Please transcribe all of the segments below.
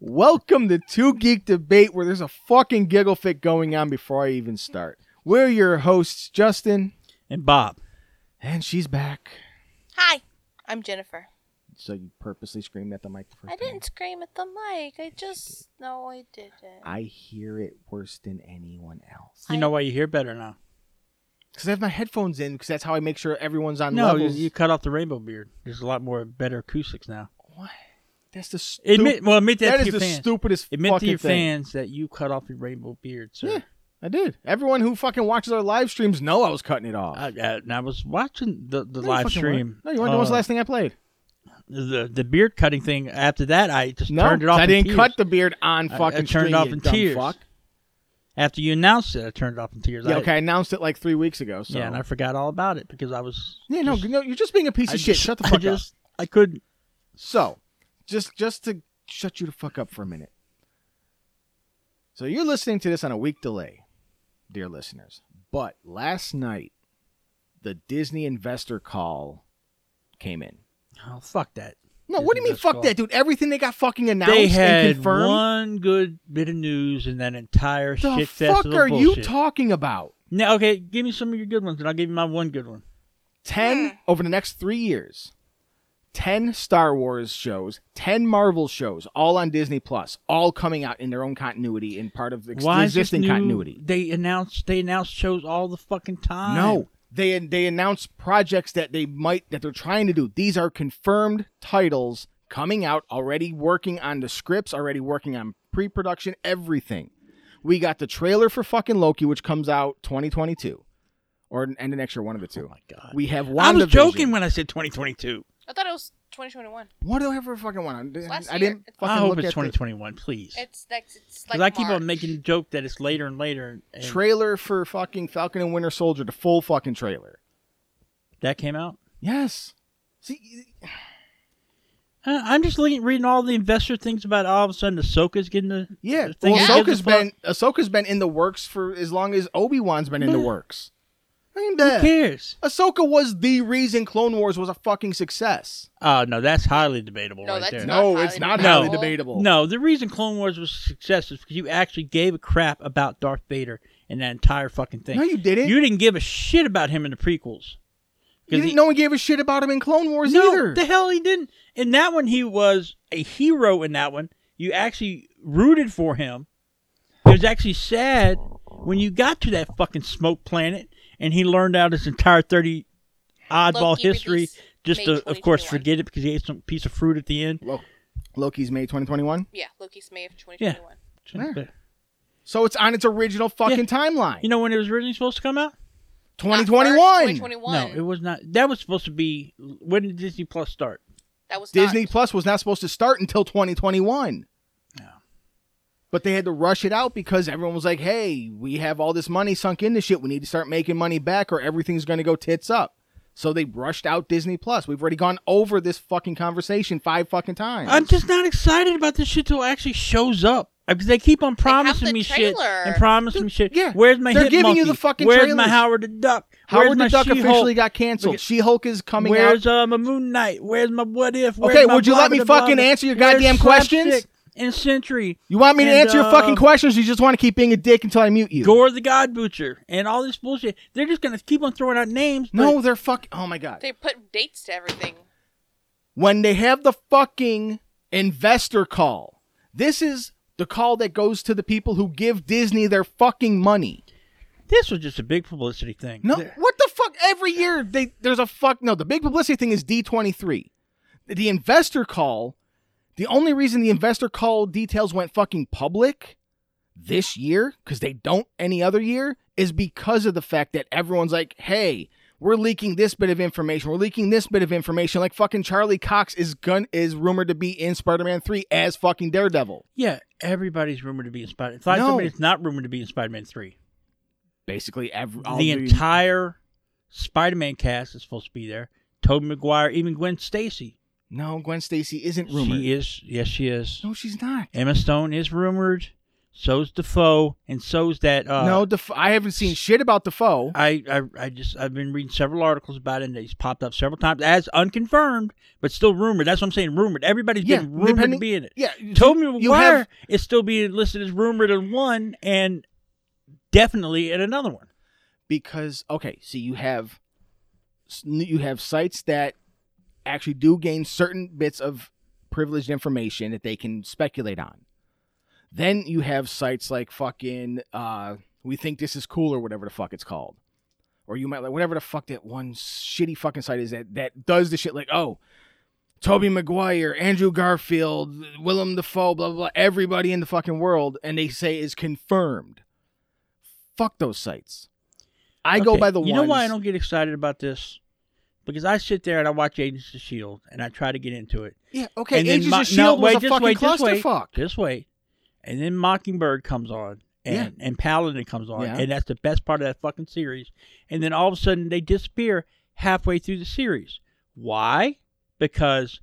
Welcome to Two Geek Debate, where there's a fucking giggle fit going on before I even start. We're your hosts, Justin, And Bob, and she's back. Hi, I'm Jennifer. So you purposely screamed at the microphone. I didn't scream at the mic. I just no, I didn't. I hear it worse than anyone else. you Hi. know why you hear better now? Because I have my headphones in, because that's how I make sure everyone's on No, you, levels. you cut off the rainbow beard. There's a lot more better acoustics now. What? That's the stu- Admit, well, admit that, that to is your the fans. stupidest admit to fucking your thing. fans that you cut off your rainbow beard, sir. Yeah. I did. Everyone who fucking watches our live streams know I was cutting it off. I, I, and I was watching the, Uh, the No, you live fucking stream. weren't. No, you weren't. That was the uh, last thing I played. The, the beard cutting thing. After that, I just No, turned it off. I in didn't tears. cut the beard on I- I fucking turned it stream, off you in dumb tears. fuck. After you announced it, I turned it off in tears. Yeah, I- okay. I announced it like three weeks ago. So Yeah, and I forgot all about it because I was. yeah, no, just- no, you're just being a piece I of shit. just- Shut the I fuck up. just, I couldn't. So, just just to shut you the fuck up for a minute. So you're listening to this on a week delay, dear listeners. But last night, the Disney investor call came in. Oh, fuck that. No, what do you Disney mean? Fuck call. that, dude. Everything they got fucking announced they had and confirmed. one good bit of news in that entire the shit fest fuck of are you bullshit. talking about? now, okay, give me some of your good ones, and I'll give you my one good one. 10 over the next three years 10 star wars shows 10 marvel shows all on disney plus all coming out in their own continuity and part of the ex- Why is this existing new- continuity They announce they announce shows all the fucking time. no they they announce projects that they might that they're trying to do these are confirmed titles coming out already working on the scripts already working on pre-production everything we got the trailer for fucking loki which comes out 2022 or end of next year one of the two. Oh my god. we have I was WandaVision. joking when I said 2022. I thought it was 2021. Whatever fucking one. I didn't. Last I year. didn't It's- fucking I hope look it's at the 2021, please. It's next. It's like Because I keep on making the joke that it's later and later. And trailer for fucking Falcon and Winter Soldier, the full fucking trailer. that came out. Yes. See, Uh, I'm just looking, reading all the investor things about all of a sudden Ahsoka's getting the yeah. the thing Well, that gives Ahsoka's a fuck. been Ahsoka's been in the works for as long as Obi Wan's been in the Yeah. works. I mean, Who that cares? Ahsoka was the reason Clone Wars was a fucking success. Oh no, that's highly debatable No, right that's there. not No, highly it's not debatable. highly debatable. No, the reason Clone Wars was a success is because you actually gave a crap about Darth Vader and that entire fucking thing. No, you didn't. You didn't give a shit about him in the prequels. You didn't, he- no one gave a shit about him in Clone Wars No, either. the hell he didn't. In that one, he was a hero. In that one, you actually rooted for him. It was actually sad when you got to that fucking smoke planet and he learned out his entire thirty oddball Loki history. release, Just May to, of course, 2021. forget it because he ate some piece of fruit at the end. Lo- Loki's May 2021. Yeah, Loki's May of 2021. There. So it's on its original fucking timeline. You know when it was originally supposed to come out? Not 2021. first, 2021. No, it was not. That was supposed to be when did Disney Plus start? that was Disney Not, Plus was not supposed to start until 2021. Yeah. But they had to rush it out because everyone was like, "Hey, we have all this money sunk into shit. We need to start making money back, or everything's going to go tits up." So they rushed out Disney Plus. We've already gone over this fucking conversation five fucking times. I'm just not excited about this shit till it actually shows up. Because they keep on promising the me shit trailer. and promising me shit. yeah, where's my they're hit giving you monkey? the fucking Where's my trailers. Howard the Duck? where's Howard my the Duck She-Hulk? officially got canceled. Look at- She-Hulk is coming Where's out. uh, my Moon Knight? Where's my What If? Where's Okay, my would you let me blah-blah-blah-blah? fucking answer your Where's goddamn questions? Slapstick And Sentry, You want me to and, answer your fucking uh, questions? You just want to keep being a dick until I mute you. Gore the God Butcher, and all this bullshit. They're just gonna keep on throwing out names. but- no, they're fucking. Oh my god. they put dates to everything. when they have the fucking investor call. This is the call that goes to the people who give Disney their fucking money. this was just a big publicity thing. No, There- what the fuck? Every year they there's a fuck. No, the big publicity thing is D twenty three. The investor call. The only reason the investor call details went fucking public this year, because they don't any other year, is because of the fact that everyone's like, hey, we're leaking this bit of information. We're leaking this bit of information. Like fucking Charlie Cox is gun is rumored to be in Spider Man three as fucking Daredevil. Yeah, everybody's rumored to be in Spider. It's like No. somebody's not rumored to be in Spider-Man three. Basically, every all the entire Spider-Man cast is supposed to be there. Tobey Maguire, even Gwen Stacy. no Gwen Stacy isn't rumored. She is. Yes, she is. No, she's not. Emma Stone is rumored. So's Defoe, and so's that. Uh, no, Def- I haven't seen shit about Defoe. I, I I just I've been reading several articles about it, and it's popped up several times as unconfirmed, but still rumored. That's what I'm saying. Rumored. Everybody's Yeah, been rumored to depending- be in it. Yeah, Told me you where have- it's still being listed as rumored in one, and definitely in another one. because okay, so you have s- you have sites that actually do gain certain bits of privileged information that they can speculate on. Then you have sites like fucking uh, we think this is cool or whatever the fuck it's called. Or you might like whatever the fuck that one shitty fucking site is that that does the shit like oh Toby Maguire, Andrew Garfield, Willem Dafoe, blah blah blah, everybody in the fucking world, and they say is confirmed. Fuck those sites. I go Okay, by the You know ones. why I don't get excited about this? Because I sit there and I watch Agents of Shield, and I try to get into it. Yeah, okay. and then Agents of Mo- no, Shield wait, E was a just fucking wait, just wait. clusterfuck. Just wait, and then Mockingbird comes on, and and Paladin comes on, Yeah. and that's the best part of that fucking series. And then all of a sudden they disappear halfway through the series. Why? Because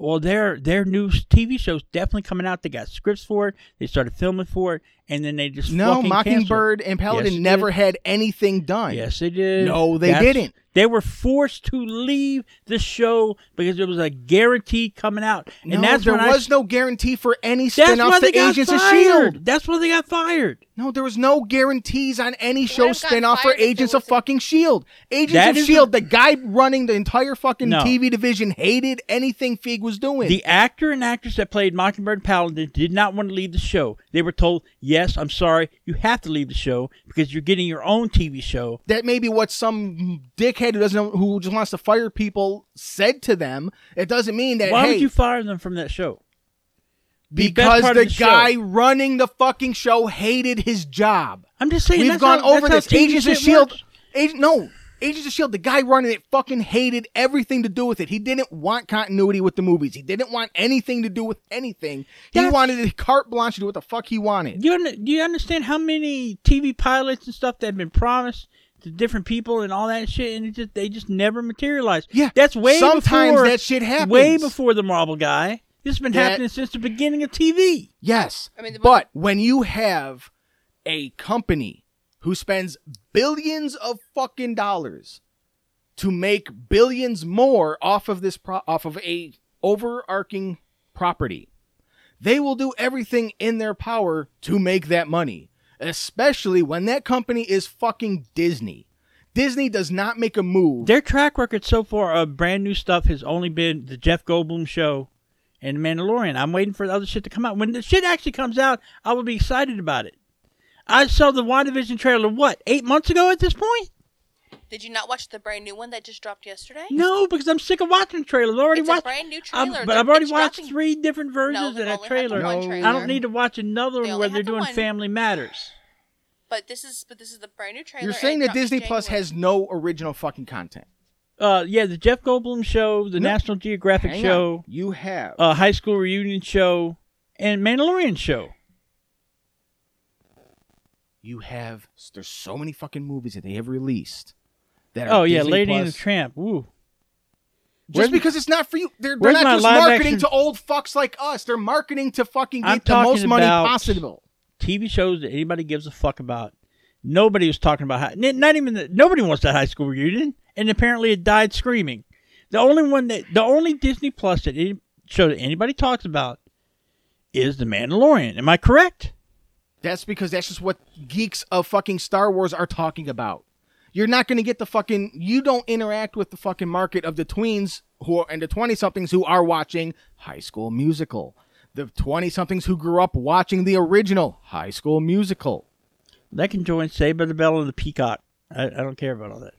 well, their their new TV show's definitely coming out. They got scripts for it. They started filming for it, and then they just No, fucking Mockingbird and Paladin Yes, it never had anything done. Canceled. Yes, they did. No, they That's- didn't. They were forced to leave the show because it was a guarantee coming out, and No, that's there when I was no guarantee for any that's spin-off why they to got Agents of fired. Shield. That's why they got fired. E No, there was no guarantees on any have show gotten spinoff for fired if there Agents of wasn't- fucking Shield. E Agents That of is Shield, E the guy running the entire fucking No. TV division hated anything Feig was doing. The actor and actress that played Mockingbird and Paladin did not want to leave the show. They were told, "Yes, I'm sorry, you have to leave the show because you're getting your own TV show." that may be what some dickhead who doesn't know, who just wants to fire people said to them. It doesn't mean that Why hey, would you fire them from that show? The best because part the, of the show. guy running the fucking show hated his job. I'm just saying. We've that's gone how- over that's this. how TV Agents of shit Shield. works. Agent, no, Agents of Shield. E The guy running it fucking hated everything to do with it. He didn't want continuity with the movies. He didn't want anything to do with anything. He That's- wanted a carte blanche to do what the fuck he wanted. You under- do you understand how many TV pilots and stuff that have been promised to different people and all that shit, and it just they just never materialized. Yeah, that's way sometimes before, that shit happens. Way before the Marvel guy. This has been That- happening since the beginning of TV. Yes, I mean, the- but when you have a company who spends billions of fucking dollars to make billions more off of this pro- off of a overarching property, they will do everything in their power to make that money, especially when that company is fucking Disney. Disney does not make a move. Their track record so far of brand new stuff has only been the Jeff Goldblum show and The Mandalorian. I'm waiting for the other shit to come out. When the shit actually comes out, I will be excited about it. I saw the WandaVision trailer, what, eight months ago at this point? Did you not watch the brand new one that just dropped yesterday? No, because I'm sick of watching trailers. I already It's a watched brand new I'm- trailer. but They're- I've already it's watched dropping- three different versions they've of that only had the trailer. one No. trailer. I don't need to watch another They one only where had they're the doing one. Family Matters. But this is but this is the brand new trailer. You're and saying it that dropped in Disney Plus January. has no original fucking content. Uh, yeah, the Jeff Goldblum show, the No. National Geographic Hang on. show, You have uh, high school reunion show, and Mandalorian show. you have there's so many fucking movies that they have released that are Oh yeah, Disney Lady and the Plus. Tramp. Ooh, Where's- just because it's not for you they're, they're where's not my just live marketing action- to old fucks like us they're marketing to fucking I'm get the most talking money about- possible TV shows that anybody gives a fuck about. Nobody was talking about high. n- Not even the, nobody wants that high school reunion, and apparently it died screaming. The only one that the only Disney Plus that any, show that anybody talks about is The Mandalorian. Am I correct? that's because that's just what geeks of fucking star wars are talking about you're not going to get the fucking you don't interact with the fucking market of the tweens who are, and the 20 somethings who are watching high school musical the 20 somethings who grew up watching the original high school musical They can join Saved by the Bell and the Peacock. I, I don't care about all that.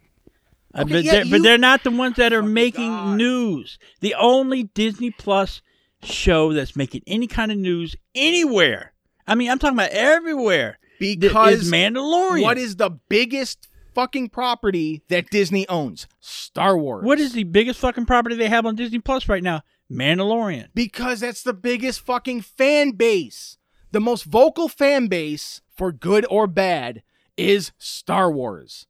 Uh, Okay, but, yeah, they're, but you- they're not the ones that are making God. news. The only Disney Plus show that's making any kind of news anywhere. I mean, I'm talking about everywhere. th- Because is Mandalorian. What is the biggest fucking property that Disney owns? Star Wars. what is the biggest fucking property they have on Disney Plus right now? Mandalorian. Because that's the biggest fucking fan base. The most vocal fan base, for good or bad, is Star Wars.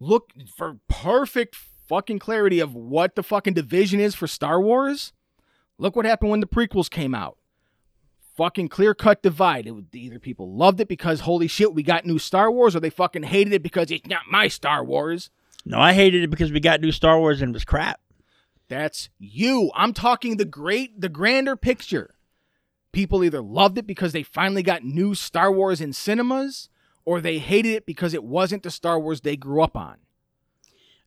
Look for perfect fucking clarity of what the fucking division is for Star Wars. Look what happened when the prequels came out. fucking clear cut divide. It would either people loved it because holy shit, we got new Star Wars, or they fucking hated it because it's not my Star Wars. No, I hated it because we got new Star Wars and it was crap. That's you. I'm talking the great, the grander picture. People either loved it because they finally got new Star Wars in cinemas, or they hated it because it wasn't the Star Wars they grew up on.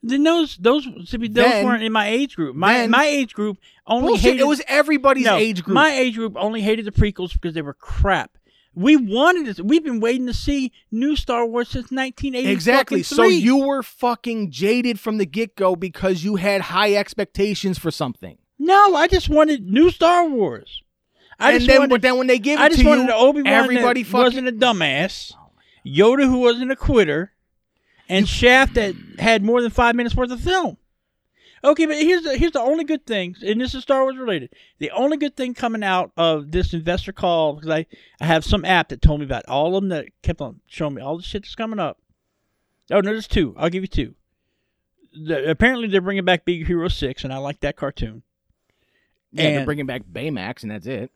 Then those those to be those Then- weren't in my age group. My then- my age group only Bullshit. hated it was everybody's no, age group. My age group only hated the prequels because they were crap. We wanted to. We've been waiting to see new Star Wars since 1983. exactly. So you were fucking jaded from the get go because you had high expectations for something. No, I just wanted new Star Wars. I and just then, wanted. but then when they give it I just to wanted you, Obi Wan everybody that fucking wasn't a dumbass, Yoda who wasn't a quitter, and Shaft that had more than five minutes worth of film. Okay, but here's the here's the only good thing, and this is Star Wars related. The only good thing coming out of this investor call because I I have some app that told me about all of them that kept on showing me all the shit that's coming up. Oh no, there's two. I'll give you two. The, apparently they're bringing back Big Hero Six, and I like that cartoon. yeah, they're and- bringing back Baymax, and that's it.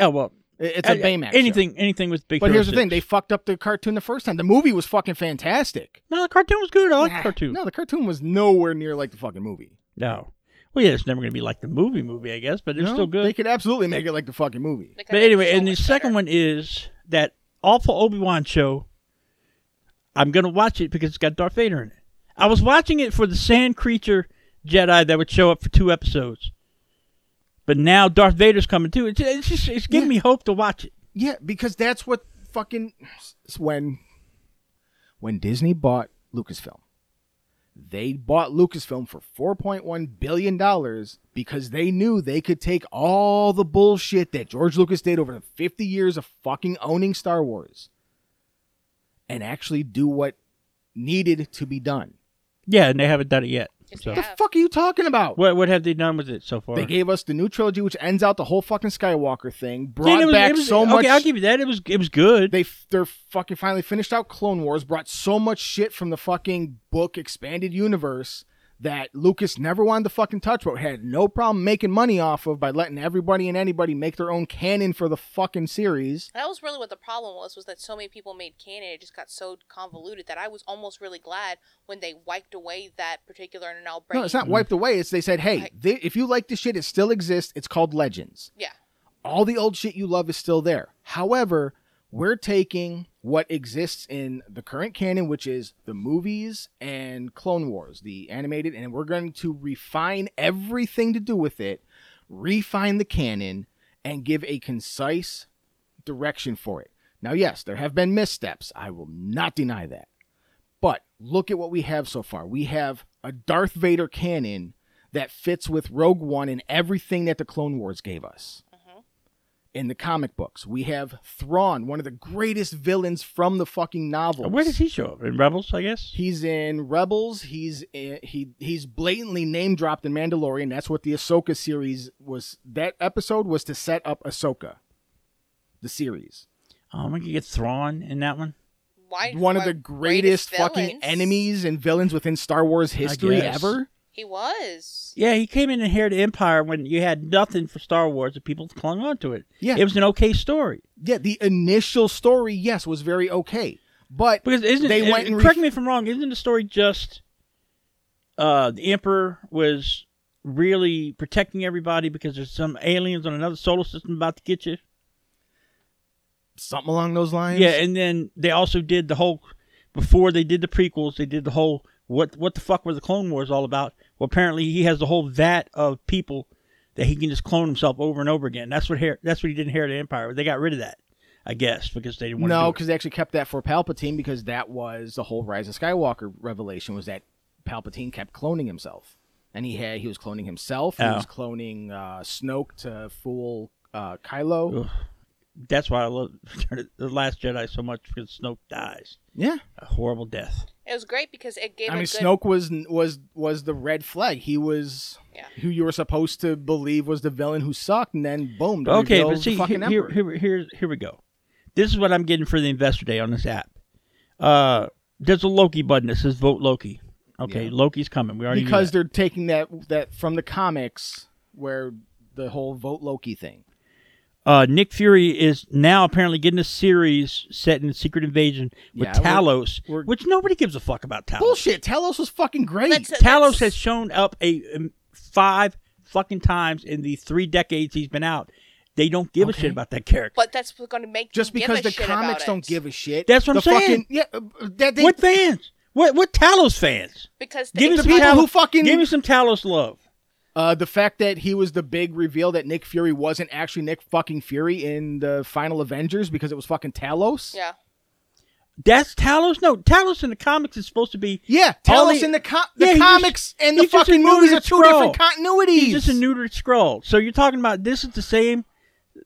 Oh well, It- It's a uh, Baymax. show. Anything, anything with Big But Hero here's the 6. thing: they fucked up the cartoon the first time. The movie was fucking fantastic. No, the cartoon was good. I like Nah, the cartoon. No, the cartoon was nowhere near like the fucking movie. No. Well, yeah, it's never going to be like the movie movie, I guess, but it's No, still They good. could absolutely make it like the fucking movie. They could've But done anyway, so and the much second better. one is that awful Obi Wan show. I'm going to watch it because it's got Darth Vader in it. I was watching it for the sand creature Jedi that would show up for two episodes. But now Darth Vader's coming too. It's, it's just it's giving me hope to watch it. Yeah, because that's what fucking s- when when Disney bought Lucasfilm. They bought Lucasfilm for 4.1 billion dollars because they knew they could take all the bullshit that George Lucas did over the 50 years of fucking owning Star Wars and actually do what needed to be done. Yeah, and they haven't done it yet. Yes, So they have. The fuck are you talking about? what what have they done with it so far? They gave us the new trilogy, which ends out the whole fucking Skywalker thing. Yeah, and Brought it was- back it was- so much. Okay, I'll give you that. It was it was good. they f- they're fucking finally finished out Clone Wars. Brought so much shit from the fucking book expanded universe that Lucas never wanted to fucking touch, but had no problem making money off of by letting everybody and anybody make their own canon for the fucking series. That was really what the problem was, was that so many people made canon, it just got so convoluted that I was almost really glad when they wiped away that particular and now No, it's not wiped away. It's they said, hey, I- thi- if you like this shit, it still exists. It's called Legends. Yeah. all the old shit you love is still there. However, we're taking what exists in the current canon, which is the movies and Clone Wars, the animated, and we're going to refine everything to do with it, refine the canon, and give a concise direction for it. Now, yes, there have been missteps. I will not deny that. But look at what we have so far. We have a Darth Vader canon that fits with Rogue One and everything that the Clone Wars gave us Mm-hmm. in the comic books. We have Thrawn, one of the greatest villains from the fucking novels. Where does he show up? In Rebels, I guess. He's in Rebels. He's in, he he's blatantly name dropped in Mandalorian. That's what the Ahsoka series was. That episode was to set up Ahsoka, the series. Oh, we could get Thrawn in that one. Why, One of why- the greatest, fucking villains. enemies and villains within Star Wars history guess. ever. He was. Yeah, he came in and inherited Empire when you had nothing for Star Wars and people clung on to it. Yeah. It was an okay story. Yeah, the initial story, yes, was very okay, but Because isn't they and- went and correct ref- me if I'm wrong, isn't the story just uh the Emperor was really protecting everybody because there's some aliens on another solar system about to get you? something along those lines. Yeah, and then they also did the whole before they did the prequels, they did the whole what what the fuck were the Clone Wars all about? Well, apparently he has the whole vat of people that he can just clone himself over and over again. That's what Her- that's what he did in Heir to Empire. They got rid of that, I guess, because they didn't want No, to. do it. because they actually kept that for Palpatine because that was the whole Rise of Skywalker revelation was that Palpatine kept cloning himself, and he had he was cloning himself, he Oh. was cloning uh, Snoke to fool uh, Kylo. Ugh. that's why I love Return of the Last Jedi so much because Snoke dies Yeah, a horrible death. It was great because it gave I a mean good... Snoke was was was the red flag. He was Yeah. who you were supposed to believe was the villain who sucked, and then boom, the Okay, reveal but of see, the fucking here, here, Emperor. here, here, here we go. This is what I'm getting for the investor day on this app. Uh, there's a Loki button that says vote Loki. Okay, Yeah. Loki's coming. We already because knew they're taking that that from the comics where the whole vote Loki thing. that. Uh, Nick Fury is now apparently getting a series set in Secret Invasion with Yeah, we're- Talos, we're- which nobody gives a fuck about Talos. Bullshit. Talos was fucking great. That's- Talos has shown up a um, five fucking times in the three decades he's been out. They don't give a shit about that character. But that's going to make just you give because a the shit comics about don't it. give a shit. That's what I'm the saying. Fucking, yeah, uh, that they, what fans? What what Talos fans? because Give me the, some people Talos, who fucking- give me some Talos love. uh, the fact that he was the big reveal that Nick Fury wasn't actually Nick fucking Fury in the final Avengers because it was fucking Talos. yeah. That's Talos. No, Talos in the comics is supposed to be Yeah, All Talos he- in the co- Yeah, the he's just- comics and the he's just a fucking movies are neutered two different continuities. He's just a neutered scroll. So you're talking about this is the same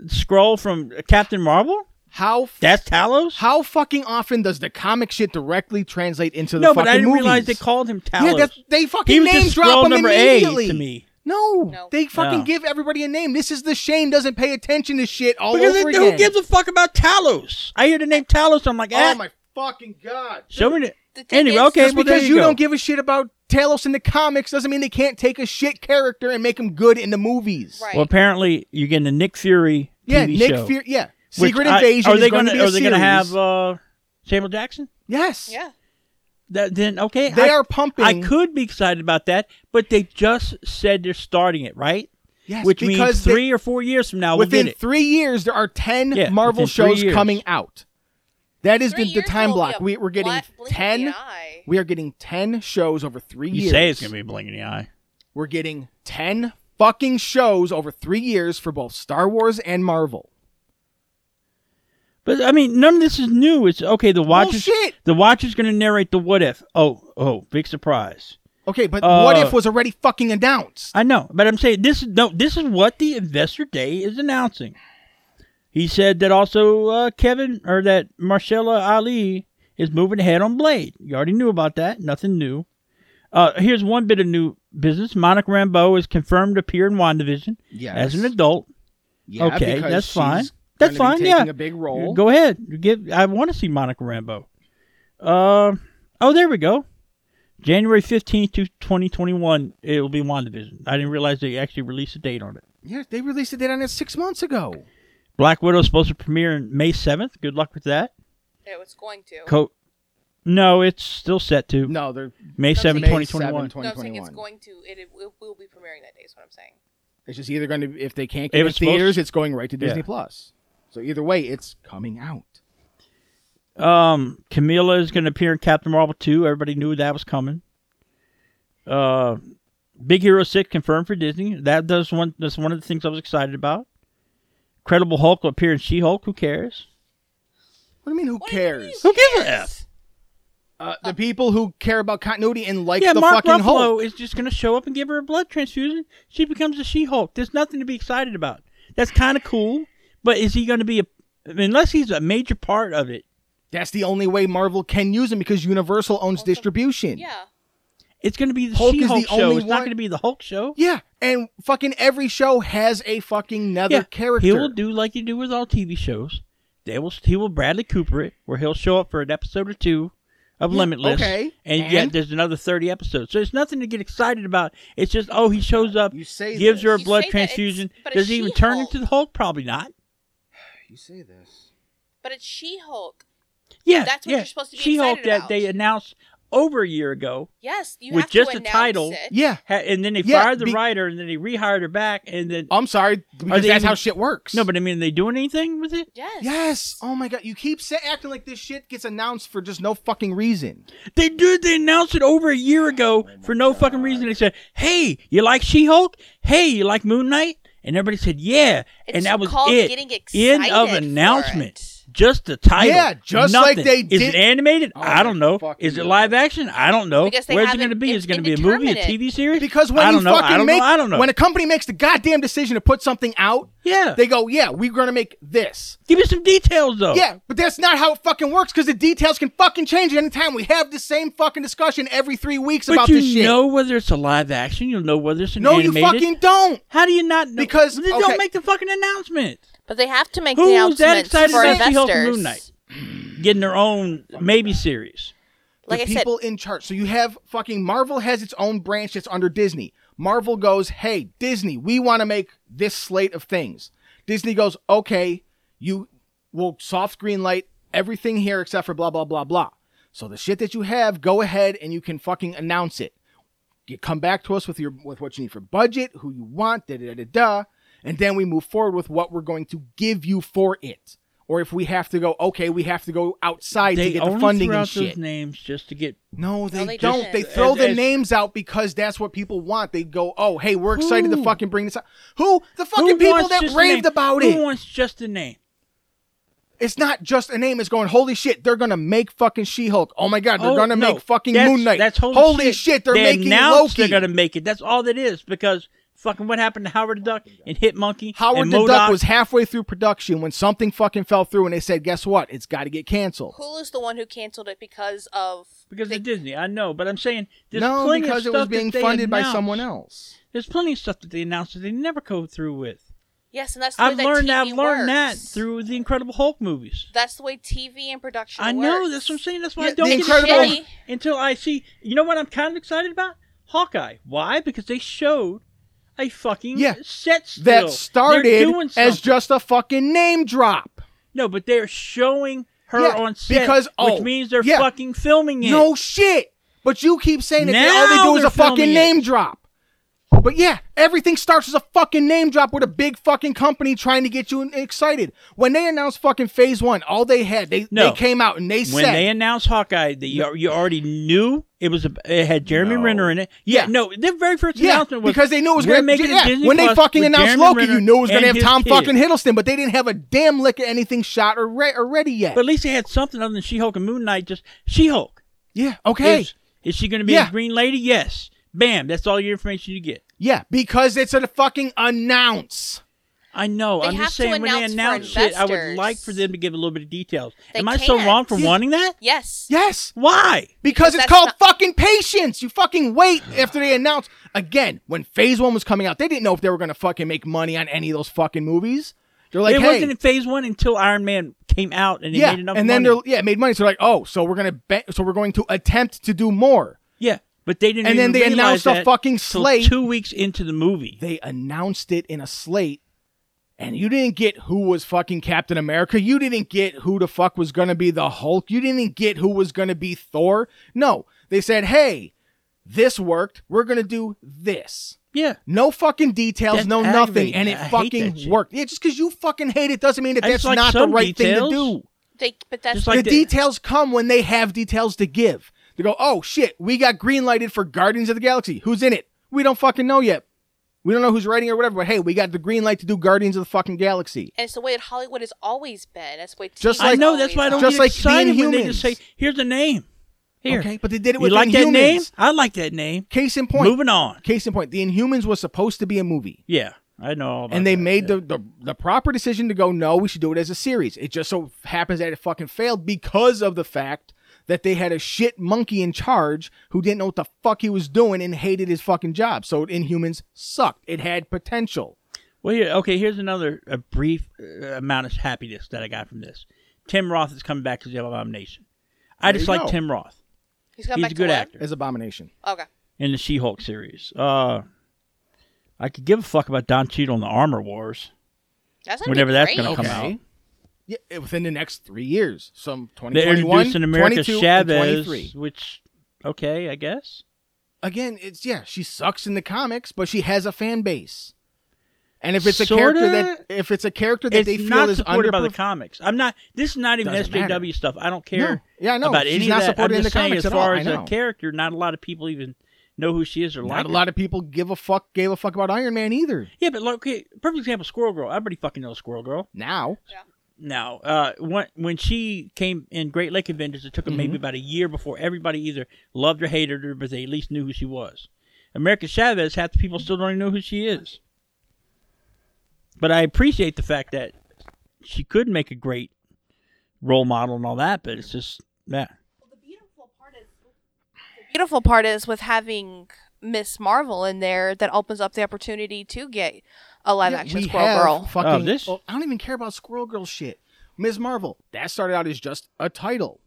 scroll from Captain Marvel? how f- That's Talos? how fucking often does the comic shit directly translate into the No, fucking but I didn't movies? realize they called him Talos. Yeah, that's, they fucking he was name just drop scroll him number immediately. A to me. No, No. they fucking No. give everybody a name. This is the Shane doesn't pay attention to shit all Because over it- again. who gives a fuck about Talos? I hear the name Talos, I'm like, ah, oh my fucking god! show me the. The thing Anyway, is- okay, Just well, there because you, you, go. don't give a shit about Talos in the comics doesn't mean they can't take a shit character and make him good in the movies. Right. Well, apparently you're getting a Nick Fury Yeah, TV Nick show. Fury. Yeah, which Secret I- Invasion. Are they is going gonna- to be a are they gonna series. have uh, Samuel Jackson? yes. Yeah. That, then okay, They I- are pumping. I could be excited about that, but they just said they're starting it, right? Yes, Which because means they- three or four years from now we'll within get it. three years, there are ten Yeah, Marvel within three shows years. coming out. That is Three the, the years time will be block. a We, we're getting bla- blink of ten. an eye. We are getting ten shows over three You years. say it's gonna be a bling in the eye. We're getting ten fucking shows over three years for both Star Wars and Marvel. But I mean, none of this is new. It's okay. The watcher's Bullshit. the watcher's going to narrate the what if. Oh, oh, big surprise. Okay, but Uh, what if was already fucking announced? I know, but I'm saying this is no. This is what the investor day is announcing. He said that also uh, Kevin or that Marcella Ali is moving ahead on Blade. You already knew about that. Nothing new. Uh, here's one bit of new business. Monica Rambeau is confirmed to appear in WandaVision Yes. as an adult. Yeah, okay, because that's she's fine. gonna That's be fine, Taking yeah. a big role. Go ahead. You Give. I want to see Monica Rambo. Uh, oh, there we go. January fifteenth to twenty twenty one. It will be WandaVision. I didn't realize they actually released a date on it. yeah, they released a date on it six months ago. Black Widow is supposed to premiere in May seventh. Good luck with that. It was going to. Co- no, it's still set to No, they're May seventh, May twenty twenty one. 7th, no, I'm saying it's 2021. going to. It, it, will- will be premiering that day. Is what I'm saying. It's just either going to if they can't It get it was in theaters, supposed- it's going right to Disney Yeah. Plus. So either way, it's coming out. Um, Camilla is going to appear in Captain Marvel two. Everybody knew that was coming. Uh, Big Hero six confirmed for Disney. That does one. That's one of the things I was excited about. Credible Hulk will appear in She Hulk. Who cares? What do you mean? Who What do you mean, cares? Who gives a f? Uh, the people who care about continuity and like yeah, the Mark fucking Ruffalo Hulk. is just going to show up and give her a blood transfusion. She becomes a She Hulk. There's nothing to be excited about. That's kind of cool, but is he going to be a? Unless he's a major part of it, That's the only way Marvel can use him because Universal owns distribution. Yeah. it's going to be the Hulk is the She-Hulk show. only It's not one- going to be the Hulk show. Yeah, and fucking every show has a fucking nether character. He will do like you do with all TV shows. They will he will Bradley Cooper it, where he'll show up for an episode or two of Yeah, Limitless. okay, And, and? yet there's another thirty episodes. So it's nothing to get excited about. It's just oh he shows up, You say gives her a You blood say that it's- transfusion. but Does it's he even turn She-Hulk. into the Hulk? Probably not. You say this. But it's She-Hulk. Yeah. That's what yeah. you're supposed to be She Hulk excited that about. they announced over a year ago. Yes, you With have just to the announce title, It. Yeah, ha- And then they Yeah, fired the be- writer and then they rehired her back and then I'm sorry because that's they even- how shit works. No, but I mean are they doing anything with it? Yes. yes. Oh my god, you keep sa- acting like this shit gets announced for just no fucking reason. They did. They announced it over a year ago for no fucking reason. They said, "Hey, you like She-Hulk? Hey, you like Moon Knight?" And everybody said, "Yeah." It's and that was called it. getting End of excited for announcement. it. Just the title. Yeah, just like Nothing. they Is did- it animated? Oh my I don't know. fucking Is it live action? I don't know. Because they Where's it haven't- going to be? it's Is it going to be a movie, a indeterminate. TV series? Because when I you don't know. fucking I don't make know. I don't know. when a company makes the goddamn decision to put something out, yeah. they go, "Yeah, we're going to make this." Give me some details though. Yeah, but that's not how it fucking works because the details can fucking change at any time. We have the same fucking discussion every three weeks But about you this shit. know whether it's a live action. You'll know whether it's an no, you animated. fucking don't. How do you not know? Because- they don't okay. make the fucking announcement. But they have to make Who the was that announcements excited for about She-Hulk and investors. Moon Knight? Getting their own maybe series. Like the I said, people in charge. So you have fucking Marvel has its own branch that's under Disney. Marvel goes, "Hey, Disney, we want to make this slate of things." Disney goes, okay, you will soft green light everything here except for blah, blah, blah, blah. So the shit that you have, go ahead and you can fucking announce it. You come back to us with your with what you need for budget, who you want, da da da da, and then we move forward with what we're going to give you for it. Or if we have to go, okay, we have to go outside they to get only the funding threw and out shit. those names just to get No, they, No, they don't. didn't. They throw As- the as- names out because that's what people want. They go, "Oh, hey, we're excited to Who? fucking bring this out." Who? The fucking Who people wants that just a raved name? about Who it. wants just a name? it's not just a name. It's going, "Holy shit, they're gonna make fucking She-Hulk." Oh my god, they're Oh, gonna no. make fucking That's- Moon Knight. That's holy, shit. they're They making announced Loki. They're gonna make it. That's all that is because fucking what happened to Howard the Duck and Hit Monkey? Howard and the Duck MODOK? was halfway through production when something fucking fell through, and they said, "Guess what? It's got to get canceled." Hulu's the one who canceled it because of because they, of Disney. I know, but I'm saying there's no, plenty because it of was stuff being that they funded by announced. someone else. There's plenty of stuff that they announced that they never go through with. yes, and that's the I've way learned that I've TV learned that works. through the Incredible Hulk movies. That's the way TV and production. I know. works. That's what I'm saying. That's why Yeah, I don't the get Incredible- excited until I see. You know what I'm kind of excited about? Hawkeye. Why? Because they showed a fucking Yeah. set still. They're That doing started as something. just a fucking name drop. no, but they're showing her Yeah, on set because- oh, which means they're yeah. fucking filming it. No shit. But you keep saying that they- Now all they do is they're a fucking filming it. name drop. But yeah, everything starts as a fucking name drop with a big fucking company trying to get you in- excited. When they announced fucking phase one, all they had, they, No. they came out and they when said, they announced Hawkeye, the, you, you already knew it was a, it had Jeremy No. Renner in it. Yeah, Yeah. no, their very first yeah, announcement was because they knew it was we're going to making a yeah, Disney When they Plus fucking with announced Jeremy Loki, Renner you knew it was going to have and his Tom kid. fucking Hiddleston, but they didn't have a damn lick of anything shot or re- already yet. But at least they had something other than She Hulk and Moon Knight. Just She Hulk. yeah, okay. Is, is she going to be Yeah. a Green Lady? Yes. Bam. That's all your information you get. yeah, because it's a fucking announce. I know. They I'm have just to saying when they announce for announce shit, I would investors. like for them to give a little bit of details. They Am I so wrong can't. for Yeah. wanting that? Yes. Yes. Why? Because, Because it's that's called not- fucking patience. You fucking wait after they announce. Again, when Phase One was coming out, they didn't know if they were gonna fucking make money on any of those fucking movies. They're like, it hey, wasn't in Phase One until Iron Man came out and it yeah, made enough and then money. they're yeah, it made money. So they're like, oh, so we're gonna be- so we're going to attempt to do more. yeah, but they didn't. And then even they realize announced a that fucking till slate. two weeks into the movie. They announced it in a slate, and you didn't get who was fucking Captain America. You didn't get who the fuck was gonna be the Hulk. You didn't get who was gonna be Thor. No, they said, hey, this worked. We're gonna do this. Yeah, No fucking details, That's no nothing, aggravating. and it I hate that fucking shit. worked. Yeah, just because you fucking hate it doesn't mean that I that's just like not the some right thing details. to do. They, but that's Just like the the- details come when they have details to give. They go, oh shit, we got green lighted for Guardians of the Galaxy. Who's in it? We don't fucking know yet. We don't know who's writing or whatever, but hey, we got the green light to do Guardians of the fucking Galaxy. and it's the way that Hollywood has always been. That's the way. Just TV like- I know. That's why I don't just always get like the excited when they just say, Inhumans. "Here's a name." Here, Okay, but they did it you with like Inhumans. that name? I like that name. Case in point. Moving on. Case in point. The Inhumans was supposed to be a movie. Yeah, I know. All about and they that, made yeah. the, the the proper decision to go no we should do it as a series it just so happens that it fucking failed because of the fact that they had a shit monkey in charge who didn't know what the fuck he was doing and hated his fucking job so inhumans sucked it had potential Well, here, okay, here's another a brief uh, amount of happiness that I got from this. Tim Roth is coming back as the Abomination. I There just you like go. Tim Roth. He's, come He's back a to good what? actor as abomination Okay. in the She-Hulk series. Uh, I could give a fuck about Don Cheadle in the Armor Wars. That's gonna be Whenever that's gonna great. come out. yeah, it- within the next three years some They're 2021 introducing America 22, and Chavez, 23 which okay, I guess. again it's yeah she sucks in the comics but she has a fan base and if it's a Sorta. character that if it's a character that it's they feel not is supported by the underperf- comics. I'm not. This is not even Doesn't SJW stuff. I don't care. No. Yeah, I know. About She's any not of that. supported I'm in just the saying, comics as at all. far I as know. a character, not a lot of people even know who she is or like Not a her. lot of people give a fuck gave a fuck about Iron Man either. Yeah, but look, okay, perfect example, Squirrel Girl. Everybody fucking knows Squirrel Girl. Now, Now, uh, when when she came in Great Lake Avengers, it took them maybe about a year before everybody either loved or hated her, but they at least knew who she was. America Chavez, half the people still don't even know who she is. But I appreciate the fact that she could make a great role model and all that, but it's just that. beautiful part is with having Miss Marvel in there that opens up the opportunity to get a live yeah, action we Squirrel have Girl. Fucking, Oh, this- well, I don't even care about Squirrel Girl shit. Ms. Marvel that started out as just a title.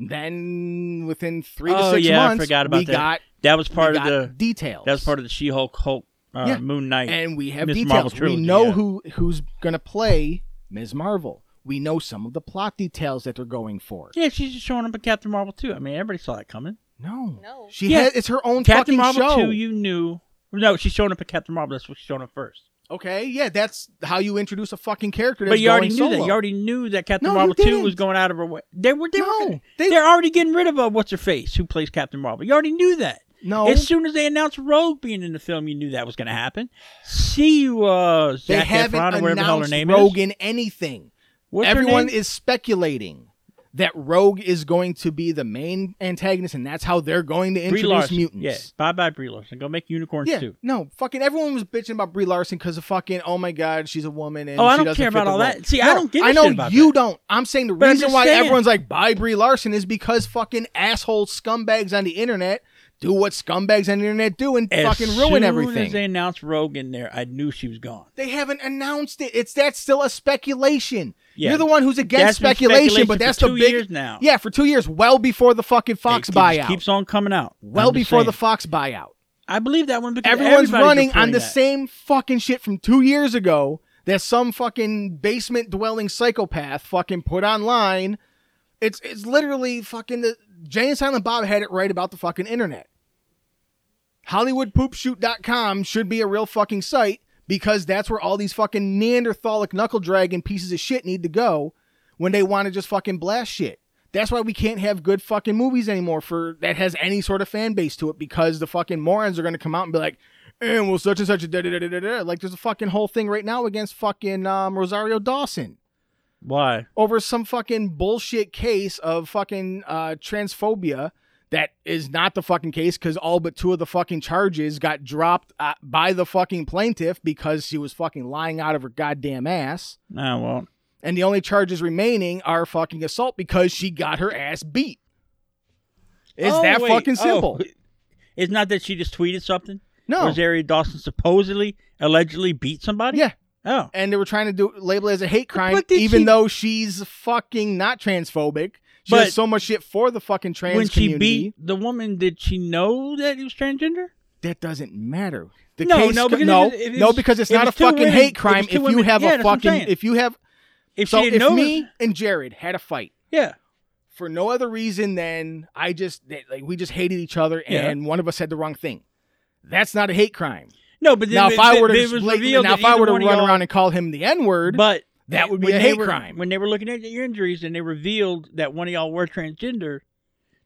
Then within three to oh six yeah, months, I forgot about we that. got that was part we of got the details. that was part of the She Hulk Hulk uh, Yeah. Moon Knight. and we have Ms. details. Marvel trilogy, we know yeah. who who's gonna play Ms. Marvel. We know some of the plot details that they're going for. yeah, she's just showing up in Captain Marvel too. I mean, everybody saw that coming. No, No. she Yeah. has, it's her own Captain fucking Marvel show. two, you knew. No, she's showing up in Captain Marvel. That's what she's showing up first. okay, yeah, that's how you introduce a fucking character. That's But you already going knew solo. that. You already knew that Captain No, you Marvel two didn't. was going out of her way. They were they were No, they, they- are already getting rid of uh, what's her face who plays Captain Marvel. You already knew that. no. As soon as they announced Rogue being in the film, you knew that was going to happen. See you, uh, They Zac haven't Efron, or whatever the hell her announced name Rogue is. in anything. What's Everyone her name? is speculating that Rogue is going to be the main antagonist, and that's how they're going to Brie introduce Larson. mutants. Yeah, bye bye Brie Larson. Go make unicorns Yeah, too. no, fucking everyone was bitching about Brie Larson because of fucking oh my god, she's a woman and Oh, I she don't doesn't care fit about the all role. that. See, I No, don't give a I know shit about you that. don't. I'm saying the But I'm reason just why saying- everyone's like buy Brie Larson is because fucking asshole scumbags on the internet do what scumbags on the internet do and As fucking ruin soon everything. As they announced Rogue in there, I knew she was gone. They haven't announced it. It's that's still a speculation. Yeah. You're the one who's against That's been speculation, speculation but that's for the two big years now. Yeah, for two years, well before the fucking Fox it keeps, buyout. keeps on coming out. well I'm just before saying. the Fox buyout. I believe that one because Everyone's everybody's running on reporting the that. same fucking shit from two years ago that some fucking basement dwelling psychopath fucking put online. It's it's literally fucking the Jay and Silent Bob had it right about the fucking internet. HollywoodPoopshoot.com should be a real fucking site because that's where all these fucking Neanderthalic knuckle dragon pieces of shit need to go when they want to just fucking blast shit. That's why we can't have good fucking movies anymore for that has any sort of fan base to it because the fucking morons are gonna come out and be like, and well such and such a da da da da da like there's a fucking whole thing right now against fucking um, Rosario Dawson Why? over some fucking bullshit case of fucking uh, transphobia that is not the fucking case because all but two of the fucking charges got dropped uh, by the fucking plaintiff because she was fucking lying out of her goddamn ass. No, well, And the only charges remaining are fucking assault because she got her ass beat. It's Oh, that wait. fucking Oh. simple. It's not that she just tweeted something. No. Rosario Dawson supposedly, allegedly beat somebody. Yeah. Oh. and they were trying to do label it as a hate crime, but did even she- though she's fucking not transphobic. She But- does so much shit for the fucking trans When she community. beat the woman, did she know that he was transgender? that doesn't matter. The No, case, no, because no, if it- if no, it's- because it's if not it's a two fucking women- hate if crime it's if two you women- have yeah, a that's what I'm fucking saying. if you have If so she didn't if know, me and Jared had a fight yeah, for no other reason than I just like we just hated each other Yeah. and one of us said the wrong thing. That's not a hate crime. no. But then Now, it- if I it- were to it was blatantly- revealed now that if I either were to one of run y'all- around and call him the N word, but that would be when a they hate were- crime. When they were looking at your injuries and they revealed that one of y'all were transgender,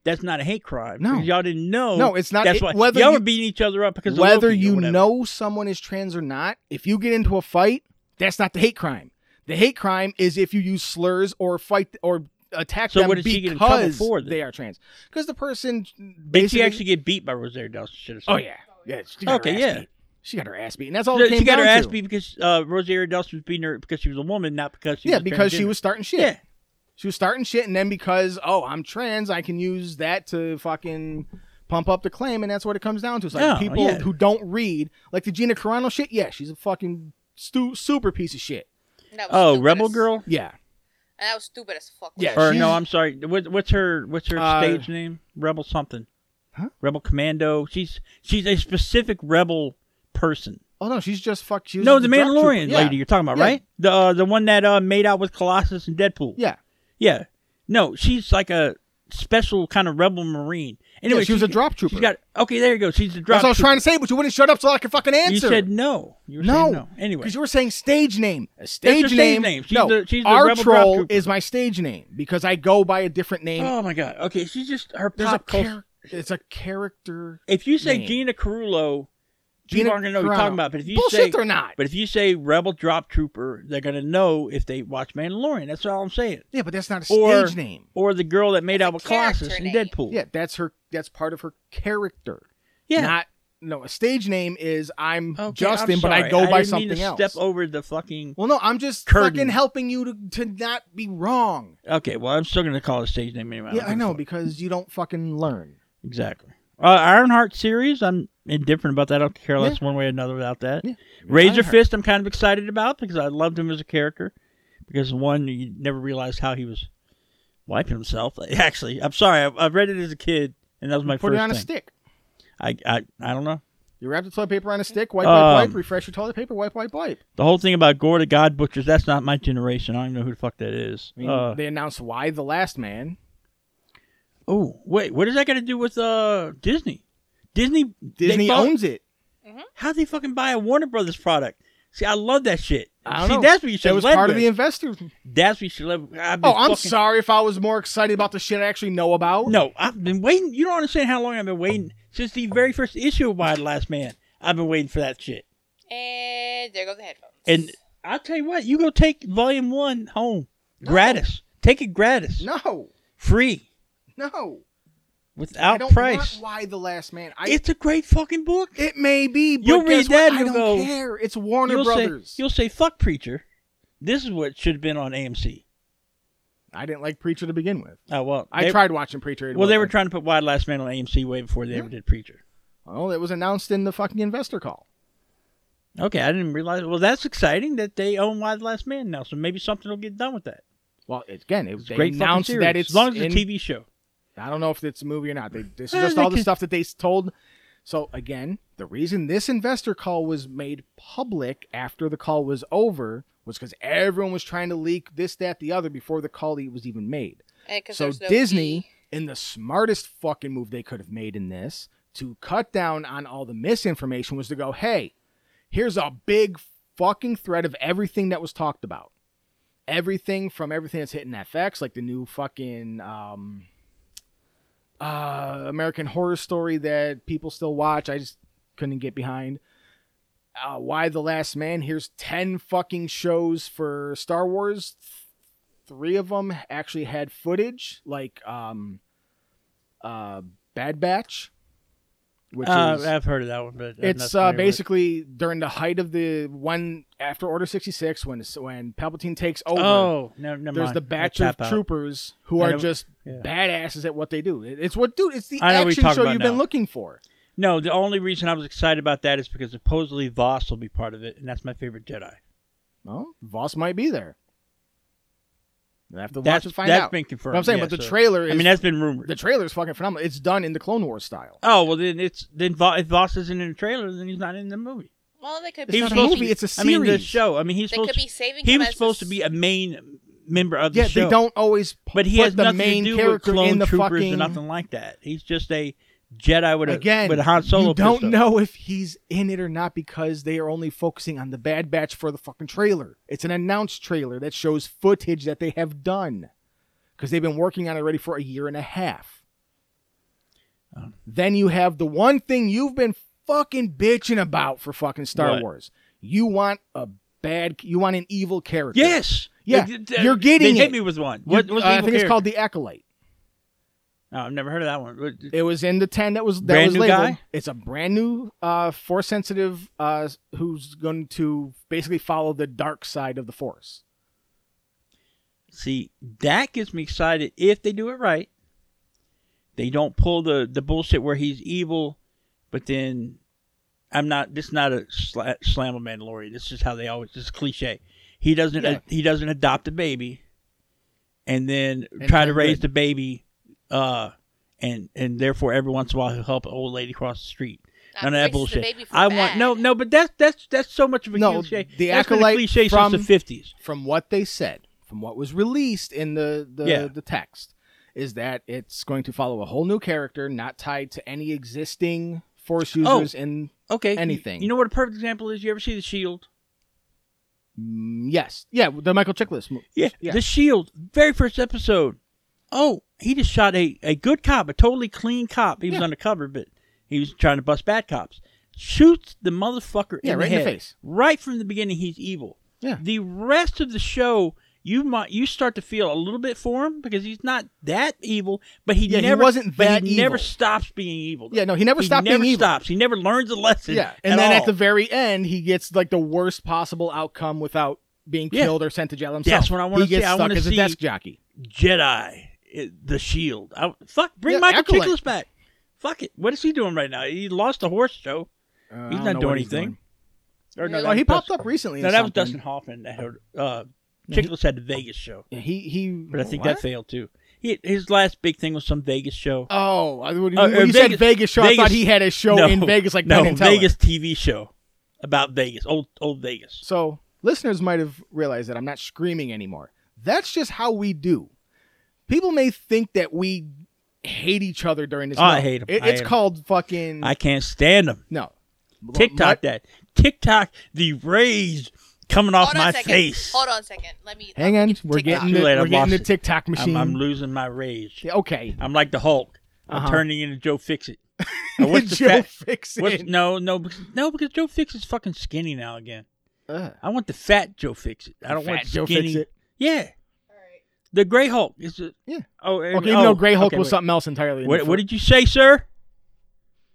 that's not a hate crime. No. because y'all didn't know. No, it's not- That's it- why whether y'all you- were beating each other up because of whether Loki or you whatever. know someone is trans or not, if you get into a fight, that's not the hate crime. The hate crime is if you use slurs or fight or attack So them what did she get in trouble because for then? they are trans. Because the person Did basically she actually get beat by Rosario Dawson? Should have Oh yeah, yeah. She got Okay, her ass yeah. Beat. She got her ass beat, and that's all. No, it came she got her down ass to. beat because uh, Rosario Dawson was beating her because she was a woman, not because she Yeah, was because she transgender. was starting shit. Yeah, She was starting shit, and then because oh, I'm trans, I can use that to fucking pump up the claim, and that's what it comes down to. It's like No, people yeah. who don't read, like the Gina Carano shit. Yeah, she's a fucking stu- super piece of shit. That was Oh, stupid Rebel as- Girl. Yeah, And that was stupid as fuck. Yeah. Or she's- no, I'm sorry. What, what's her what's her Uh, stage name? Rebel something. Huh? Rebel Commando. She's she's a specific rebel person. Oh no, she's just fucked. She was No, the drug trooper. Mandalorian Yeah. lady you're talking about, Yeah. right? The uh, the one that uh, made out with Colossus and Deadpool. Yeah, Yeah. No, she's like a special kind of rebel marine. Anyway, she was a drop trooper. She's got okay. There you go. She's a drop. that's what I was trooper. trying to say, but you wouldn't shut up so I could fucking answer. You said no. You were no, saying no. Anyway, because you were saying stage name. A stage her stage name. name. She's no, the- she's the our rebel drug troll trooper. is my stage name because I go by a different name. oh my god. Okay, she's just her There's a pop culture. char- It's a character. If you say name. Gina Carullo, people Gina aren't gonna know what you're Carano. talking about. But if you Bullshit, say they're not. But if you say Rebel Drop Trooper, they're gonna know if they watch Mandalorian. That's all I'm saying. Yeah, but that's not a stage Or name. or the girl that made That's out a with Colossus character in name. Deadpool. Yeah, that's her. That's part of her character. yeah. Not no. A stage name is I'm Okay, Justin, I'm but I sorry. go by didn't mean something to else. Step over the fucking. well, no, I'm just Curtain. fucking helping you to, to not be wrong. Okay, well, I'm still gonna call it stage name anyway. yeah, I don't give a know fuck. because you don't fucking learn. Exactly. Uh, Ironheart series, I'm indifferent about that. I don't care less one way or another about that. Yeah. Razor Ironheart. Fist, I'm kind of excited about because I loved him as a character. Because one, you never realized how he was wiping himself. Actually, I'm sorry, I, I read it as a kid, and that was my Put first it on thing. a stick. I, I I don't know. You wrap the toilet paper on a stick, wipe, wipe, wipe, Um, refresh your toilet paper, wipe, wipe, wipe. The whole thing about Gore the God Butchers, that's not my generation. I don't even know who the fuck that is. I mean, Uh, they announced why the last man. oh, wait. What does that got to do with uh, Disney? Disney they Disney bought- owns it. How'd they fucking buy a Warner Brothers product? See, I love that shit. I don't See, know. that's what you should That was lead part with. of the investor. That's what you should live. I've been Oh, I'm fucking- sorry if I was more excited about the shit I actually know about. No, I've been waiting. You don't understand how long I've been waiting since the very first issue of Why the Last Man. I've been waiting for that shit. And there go the headphones. And I'll tell you what, you go take Volume One home gratis. Take it gratis, no, free, no. I without don't price. want why the last man. I, it's a great fucking book. it may be, but You'll guess read what? that I and don't you'll go, care. It's Warner You'll say, Brothers. you'll say, "Fuck Preacher." This is what should have been on AMC. I didn't like Preacher to begin with. Oh well, I they- tried watching Preacher. It Well, they were wasn't- trying to put Why the Last Man on AMC way before they ever did Preacher. Well, it was announced in the fucking investor call. Okay, I didn't realize. Well, that's exciting that they own Why the Last Man now. So maybe something will get done with that. Well, it, again, it It's was a great fucking announced series. that it's as long as in- it's a TV show. I don't know if it's a movie or not. They, this is Uh, just they all the could- stuff that they s- told. So again, the reason this investor call was made public after the call was over was because everyone was trying to leak this, that, the other before the call e- was even made. And 'cause So there's no Disney, E. in the smartest fucking move they could have made in this, to cut down on all the misinformation, was to go, hey, here's a big fucking thread of everything that was talked about. Everything from everything that's hitting FX, like the new fucking um, uh, American Horror Story that people still watch. I just couldn't get behind. Uh, Why the Last Man? Here's ten fucking shows for Star Wars. Th- Three of them actually had footage, like um, uh, Bad Batch, which Uh, is I've heard of that one, but I'm it's not uh, familiar with it. basically during the height of the one after Order sixty six when when Palpatine takes over. Oh, no, never there's mind. the batch of Tap out. troopers who I are know- just yeah. badasses at what they do. It- It's what, dude. It's the I know what you're action talking show about you've now. been looking for. No, the only reason I was excited about that is because supposedly Voss will be part of it, and that's my favorite Jedi. Well, Voss might be there. I have to watch That's- and find that's out. been confirmed, But I'm saying, yeah, but the so- trailer. Is, I mean, that's been rumored. the trailer is fucking phenomenal. It's done in the Clone Wars style. oh well, then it's then Vo- if Voss isn't in the trailer, then he's not in the movie. Well, they could It's be. not a supposed to movie, be- it's a I mean, the series. show. I mean, he's They supposed could be saving He him was as supposed a to be a main member of the yeah, show. they don't always. p- But he put has the nothing main to do character with clone in the troopers fucking or nothing like that. He's just a Jedi with a again with a Han Solo. You don't pistol. know if he's in it or not because they are only focusing on the Bad Batch for the fucking trailer. It's an announced trailer that shows footage that they have done because they've been working on it already for a year and a half. Oh. Then you have the one thing you've been fucking bitching about for fucking Star What? Wars. You want a bad, you want an evil character. Yes. Yeah, They- they- you're getting They hit it. me with one. You- What was uh, I think character? it's called the Acolyte. No, I've never heard of that one. What- It was in the ten that was that Brand was new labeled. guy? It's a brand new uh force sensitive uh who's going to basically follow the dark side of the force. See, that gets me excited if they do it right. They don't pull the the bullshit where he's evil, but then I'm not. This is not a sla- slam of Mandalorian. This is how they always. This is cliche. He doesn't. Yeah. he doesn't adopt a baby, and then And try to turn raise good. the baby, uh, and and therefore every once in a while he'll help an old lady cross the street. Not None of that raises the bullshit. baby for I want bad. no, no, but that's that's that's so much of a No, cliche. the That's been a acolyte cliche from- since the fifties. From what they said, from what was released in the the, Yeah. the text, is that it's going to follow a whole new character, not tied to any existing force Oh. users. And Okay, you- Anything. You know what a perfect example is? You ever see the Shield? mm, yes, yeah, the Michael Chiklis. mo- Yeah, Yeah. The Shield, very first episode. Oh, he just shot a, a good cop, a totally clean cop. He was Yeah. undercover, but he was trying to bust bad cops. Shoots the motherfucker Yeah, in, right in the the head. face. Right from the beginning, he's evil. Yeah. The rest of the show, you might you start to feel a little bit for him because he's not that evil, but he Yeah, he never wasn't but that he never evil. stops being evil. though. Yeah, no, he never stopped being never evil. stops. He never learns a lesson. Yeah, and then at all. the very end, he gets like the worst possible outcome without being Yeah. killed or sent to jail himself. That's what I wanna He gets see. I stuck wanna as see- a desk jockey. Jedi, it- the Shield. I, fuck, bring Yeah, Michael Acolyte. Chiklis back. Fuck it. What is he doing right now? He lost the horse show. Uh, I He's don't not know doing what he's anything. Or Yeah, Oh, that he was popped Dustin- up recently. in No, that was something. Dustin Hoffman. That had, uh, No, he- Chiklis had the Vegas show, He he. but I think what? that failed too. He, his last big thing was some Vegas show. Oh, I- when you, Uh, when uh, you said Vegas- Vegas show, I Vegas- thought he had a show No, in Vegas like no Penn and Teller. Vegas TV show about Vegas, old old Vegas. So listeners might have realized that I'm not screaming anymore. That's just how we do. People may think that we hate each other during this. Oh, I No, hate 'em. it- I it's hate 'em. called fucking I can't stand him. no TikTok that TikTok the rays coming off Hold on my a second. face. Hold on a second. Let me. Hang let me on, get to we're TikTok. getting Too the, late, we're I've getting lost the it. TikTok machine. I'm, I'm losing my rage. Yeah, okay, I'm like the Hulk. I'm Uh-huh. turning into Joe Fixit. Or what's the Joe fat- fix What's, it. no, no, because- no, because Joe Fix is fucking skinny now again. Ugh. I want the fat Joe Fix it. I don't want Fat Joe skinny. Fix-It. Yeah, All right. the Gray Hulk is. A, Yeah. Oh, and, Okay, even oh, though Gray Hulk okay, was wait. something else entirely. in What, the what fir- did you say, sir?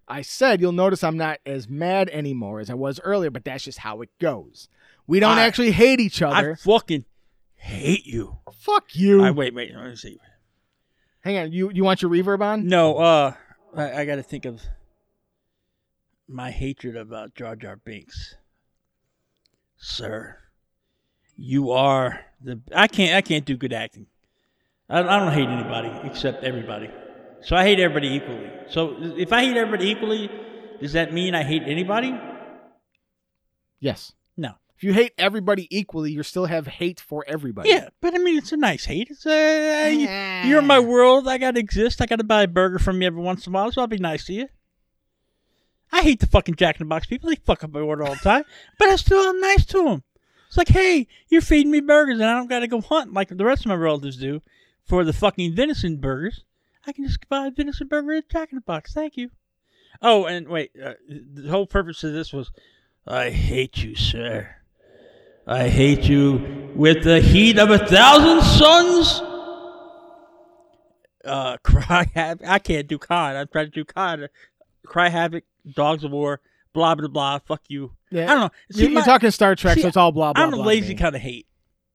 I said you'll notice I'm not as mad anymore as I was earlier, but that's just how it goes. We don't I- actually hate each I other. fucking hate you. Fuck you. I wait, wait. Let me see. Hang on, you you want your reverb on? No, uh, I, I got to think of my hatred of uh, Jar Jar Binks, sir. You are the. I can't. I can't do good acting. I, I don't hate anybody except everybody. So I hate everybody equally. So if I hate everybody equally, does that mean I hate anybody? Yes. No. If you hate everybody equally, you still have hate for everybody. Yeah, but I mean, it's a nice hate. It's uh, you- you're in my world. I gotta exist. I gotta buy a burger from you every once in a while, so I'll be nice to you. I hate the fucking Jack in the Box people. They fuck up my order all the time, but I still am nice to them. It's like, hey, you're feeding me burgers, and I don't gotta go hunt like the rest of my relatives do for the fucking venison burgers. I can just buy a venison burger at Jack in the Box. Thank you. Oh, and wait, uh, the whole purpose of this was, I hate you, sir. I hate you with the heat of a thousand suns. Uh, cry havoc. I can't do con. I tried to do con. uh, Cry havoc. Dogs of war. Blah blah blah. Fuck you. Yeah. I don't know. See, you, my- are talking Star Trek, see, so it's all blah blah. I'm a blah to lazy me. kind of hate,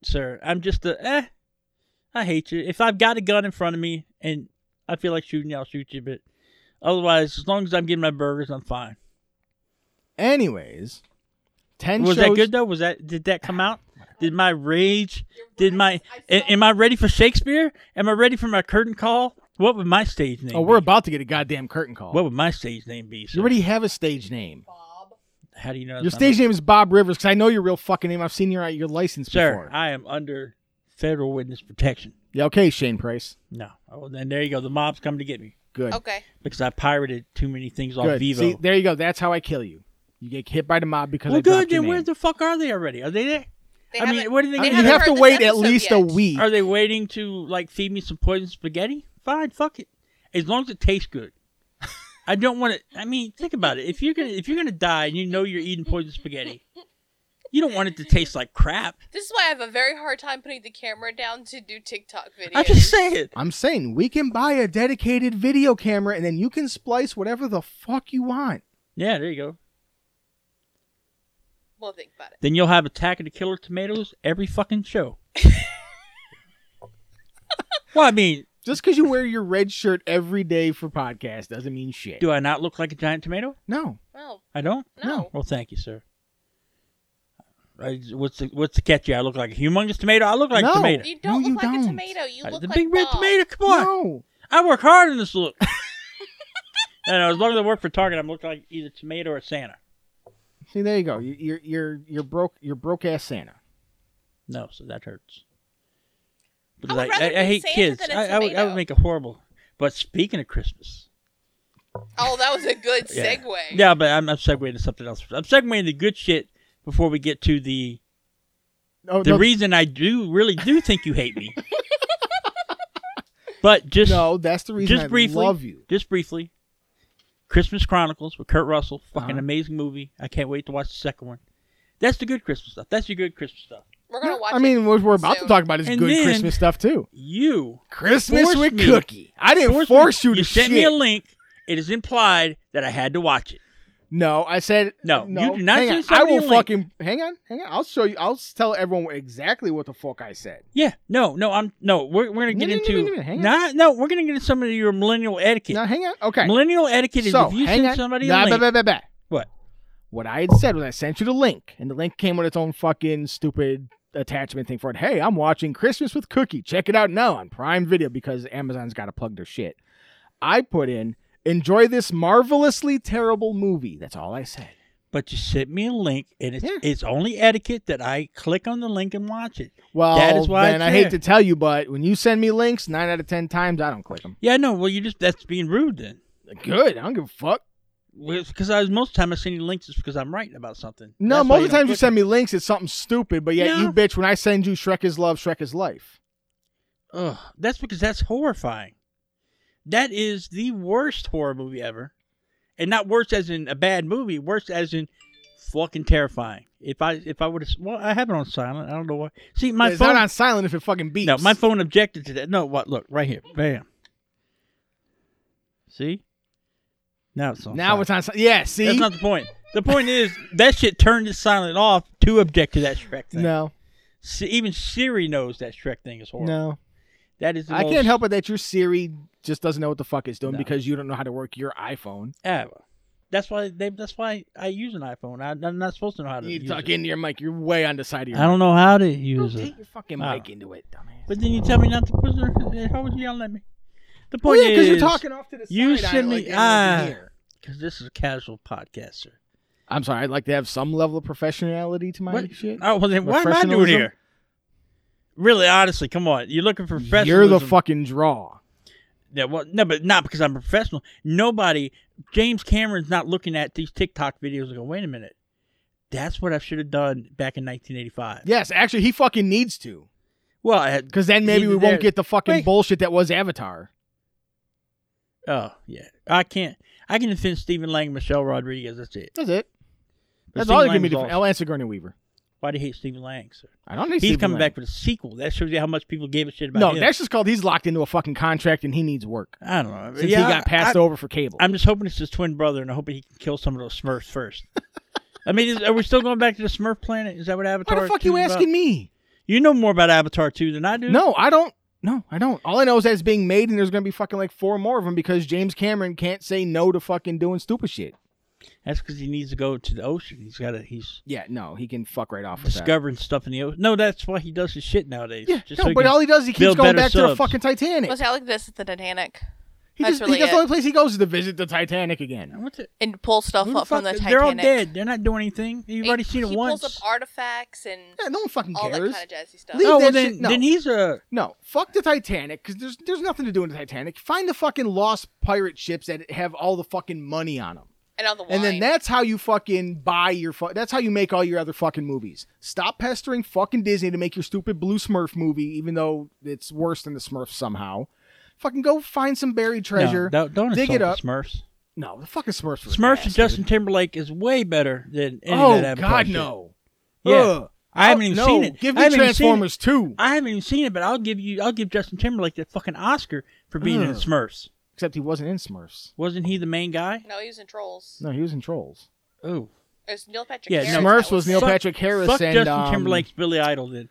sir. I'm just a eh. I hate you. If I've got a gun in front of me and I feel like shooting you, I'll shoot you. But otherwise, as long as I'm getting my burgers, I'm fine. Anyways, ten was shows. that good though? Was that did that come out? Did my rage? Did my a- am I ready for Shakespeare? Am I ready for my curtain call? What would my stage name? Oh, we're be? about to get a goddamn curtain call. What would my stage name be? sir? you already have a stage name. Bob. How do you know Your that's not stage name is Bob Rivers because I know your real fucking name. I've seen your your license me? Sir, before. I am under federal witness protection. yeah, okay, Shane Price. No. Oh, then there you go. The mob's coming to get me Good. Okay. because I pirated too many things off Good. Vivo. See, there you go. That's how I kill you. You get hit by the mob because well, I dropped good. Then your where name. the fuck are they already? Are they there? They I mean, haven't- what do they I mean, you haven't have to heard this wait at episode least a yet. week. Are they waiting to like feed me some poison spaghetti? Fine, fuck it. As long as it tastes good. I don't want to. I mean, think about it. If you're gonna if you're gonna die and you know you're eating poison spaghetti, you don't want it to taste like crap. This is why I have a very hard time putting the camera down to do TikTok videos. I'm just saying. I'm saying we can buy a dedicated video camera and then you can splice whatever the fuck you want. Yeah, there you go. We'll think about it. Then you'll have Attack of the Killer Tomatoes every fucking show. well, I mean, Just because you wear your red shirt every day for podcast doesn't mean shit. do I not look like a giant tomato? No. Well, I don't. no. Well, thank you, sir. I, what's the what's the catch? here? I look like a humongous tomato. I look like No. a tomato. You don't No, you look like don't. a tomato. You Uh, look the like big red Bob. tomato. Come on, No. I work hard in this look. I know. As long as I work for Target, I'm looking like either tomato or Santa. See, there you go. You- You're you're you're broke. You're broke ass Santa. No, so that hurts. Because I, would rather I, I be hate Santa kids. than a I, I, would, I would tomato. make a horrible. But speaking of Christmas, Oh, that was a good Yeah. segue. yeah, but I'm, I'm segueing to something else. I'm segueing to good shit before we get to the Oh, the no, reason I do really do think you hate me. but just no, that's the reason just I briefly, love you. Just briefly, Christmas Chronicles with Kurt Russell, fucking Uh-huh. amazing movie. I can't wait to watch the second one. That's the good Christmas stuff. That's your good Christmas stuff. We're gonna No, watch. I mean, what we're about to soon. talk about is And good then- Christmas stuff too. You Christmas forced with me- Cookie. I didn't forced force me- you to You shit. sent me a link. It is implied that I had to watch it. No, I said No, you did not hang say on. I somebody will like- fucking hang on, hang on. I'll show you. I'll s- tell everyone exactly what the fuck I said. Yeah, no, no, I'm no. We're, we're gonna No, get no, no, into no, no, no, hang on. Nah, no, we're gonna get into some of your millennial etiquette. Now, hang on. Okay. Millennial etiquette is so if you hang send on. somebody Nah, a link. bah, bah, bah, bah. What? What I had said was I sent you the link, and the link came with its own fucking stupid attachment thing for it. Hey, I'm watching Christmas with Cookie. Check it out now on Prime Video because Amazon's got to plug their shit. I put in enjoy this marvelously terrible movie. That's all I said. But you sent me a link, and it's Yeah. it's only etiquette that I click on the link and watch it. Well, That is why then it's I hate there. to tell you, but when you send me links, nine out of ten times I don't click them. Yeah, no. Well, you just that's being rude then. Good, I don't give a fuck. Because I was most of the time I send you links is because I'm writing about something. No, That's why most of the don't times you click send me links, it's something stupid. But yet No. you bitch when I send you Shrek is love, Shrek is life. it. Ugh, that's because that's horrifying. That is the worst horror movie ever, and not worse as in a bad movie. Worse as in fucking terrifying. If I if I would have well, I have it on silent. I don't know why. See, my it's phone. not on silent if it fucking beeps. No, my phone objected to that. No, what? Look, right here. Bam. See? Now it's on. now it's on. si- Yeah, see. That's not the point. The point is that shit turned to silent off to object to that Shrek thing. no, S- even Siri knows that Shrek thing is horrible. no. That is. The I most can't help it that your Siri just doesn't know what the fuck it's doing No. because you don't know how to work your iPhone. Ever. That's why they. That's why I use an iPhone. I, am not supposed to know how to You use talk it. into your mic. You're way on the side of your. I don't know how to Don't use it. Oh. take your fucking I mic don't. into it, dumbass. But then you tell me not to put it. How would you yell at me? The well, point yeah, is because you're talking off to the side. you on it, send me- like, everyone can ah. hear. because this is a casual podcast, sir. I'm sorry. I'd like to have some level of professionality to my What? shit. Oh well, then what am I doing Professionalism? here? Really, honestly, come on. You're looking for You're professionalism. the fucking draw. Yeah, well, no, but not because I'm a professional. Nobody, James Cameron's not looking at these TikTok videos and go, wait a minute, that's what I should have done back in 1985. Yes, actually, he fucking needs to. Well, I had, Because then maybe Either we that- won't get the fucking Wait. bullshit that was Avatar. oh yeah, I can't. I can defend Stephen Lang, Michelle Rodriguez. That's it. That's it. But That's Stephen all you give Lang me. was To, awesome. I'll answer Gurney Weaver. Why do you hate Stephen Lang? Sir? I don't need He's coming back with a sequel. That shows you how much people gave a shit about No, him. that's just called he's locked into a fucking contract and he needs work I don't know. since yeah, he got passed I, over for cable. I'm just hoping it's his twin brother, and I hope he can kill some of those Smurfs first. I mean, is, are we still going back to the Smurf planet? Is that what Avatar? Why the fuck 2 you is about? asking me? You know more about Avatar 2 than I do. No, I don't. No, I don't. All I know is that it's being made and there's going to be fucking like four more of them because James Cameron can't say no to fucking doing stupid shit. That's because he needs to go to the ocean. He's got to. He's Yeah, no, he can fuck right off with that. discovering stuff in the ocean. No, that's why he does his shit nowadays. Yeah, Just no, so he but can- all he does is he keeps build going better back to the subs. fucking Titanic. Let's say I like this at the Titanic He That's just, he, really that's it. the only place he goes is to visit the Titanic again. What's it? and pull stuff Who up from the fuck- Titanic. They're all dead. They're not doing anything. You've He- already seen it he once. pulls up artifacts and Yeah, no one fucking all that cares. kind of jazzy stuff. Leave oh, well, that then, shit- no. then he's a. No, fuck the Titanic because there's there's nothing to do in the Titanic. Find the fucking lost pirate ships that have all the fucking money on them, and all the wine. and then that's how you fucking buy your fu- That's how you make all your other fucking movies. Stop pestering fucking Disney to make your stupid Blue Smurf movie, even though it's worse than the Smurfs somehow. Fucking go find some buried treasure. No, don't, don't dig insult it up. The Smurfs. No, the fucking Smurfs. Were Smurfs ass, and Justin dude. Timberlake is way better than any Oh of that Avatar God, shit. no. Yeah. Ugh. I haven't Oh, even no. seen it. Give I me haven't even seen it. Transformers two. I haven't even seen it, but I'll give you. I'll give Justin Timberlake that fucking Oscar for being in Ugh. Smurfs. Except he wasn't in Smurfs. Wasn't he the main guy? no, he was in Trolls. No, he was in Trolls. Oh, It was Neil Patrick Yeah, Harris. no. Smurfs that was Neil Fuck- Patrick Harris Fuck and Justin um, Timberlake's Billy Idol then.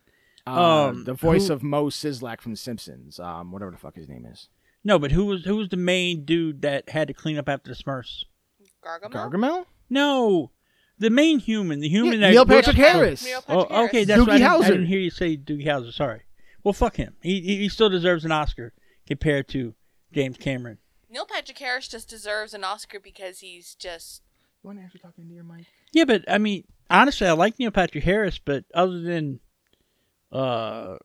uh, Um, the voice who- of Mo Sizlak from The Simpsons, um, whatever the fuck his name is. No, but who was who was the main dude that had to clean up after the Smurfs? Gargamel. Gargamel? No, the main human, the Yeah, human that Neil worked- Patrick Neil- Harris. Neil Patrick Oh, okay, Harris. that's Doogie right. I didn't- I, Howser. didn't hear you say Doogie Howser. Sorry. Well, fuck him. He he, he still deserves an Oscar compared to James Cameron. Neil Patrick Harris just deserves an Oscar because he's just You want to actually talk into your mic? Yeah, but I mean, honestly, I like Neil Patrick Harris, but other than uh,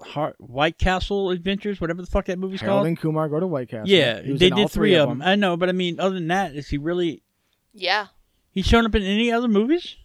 Har- White Castle Adventures, whatever the fuck that movie's Harold called. and Kumar go to White Castle. Yeah, He was they in all did three of them. them. I know, but I mean, other than that, is he really? yeah, He's shown up in any other movies?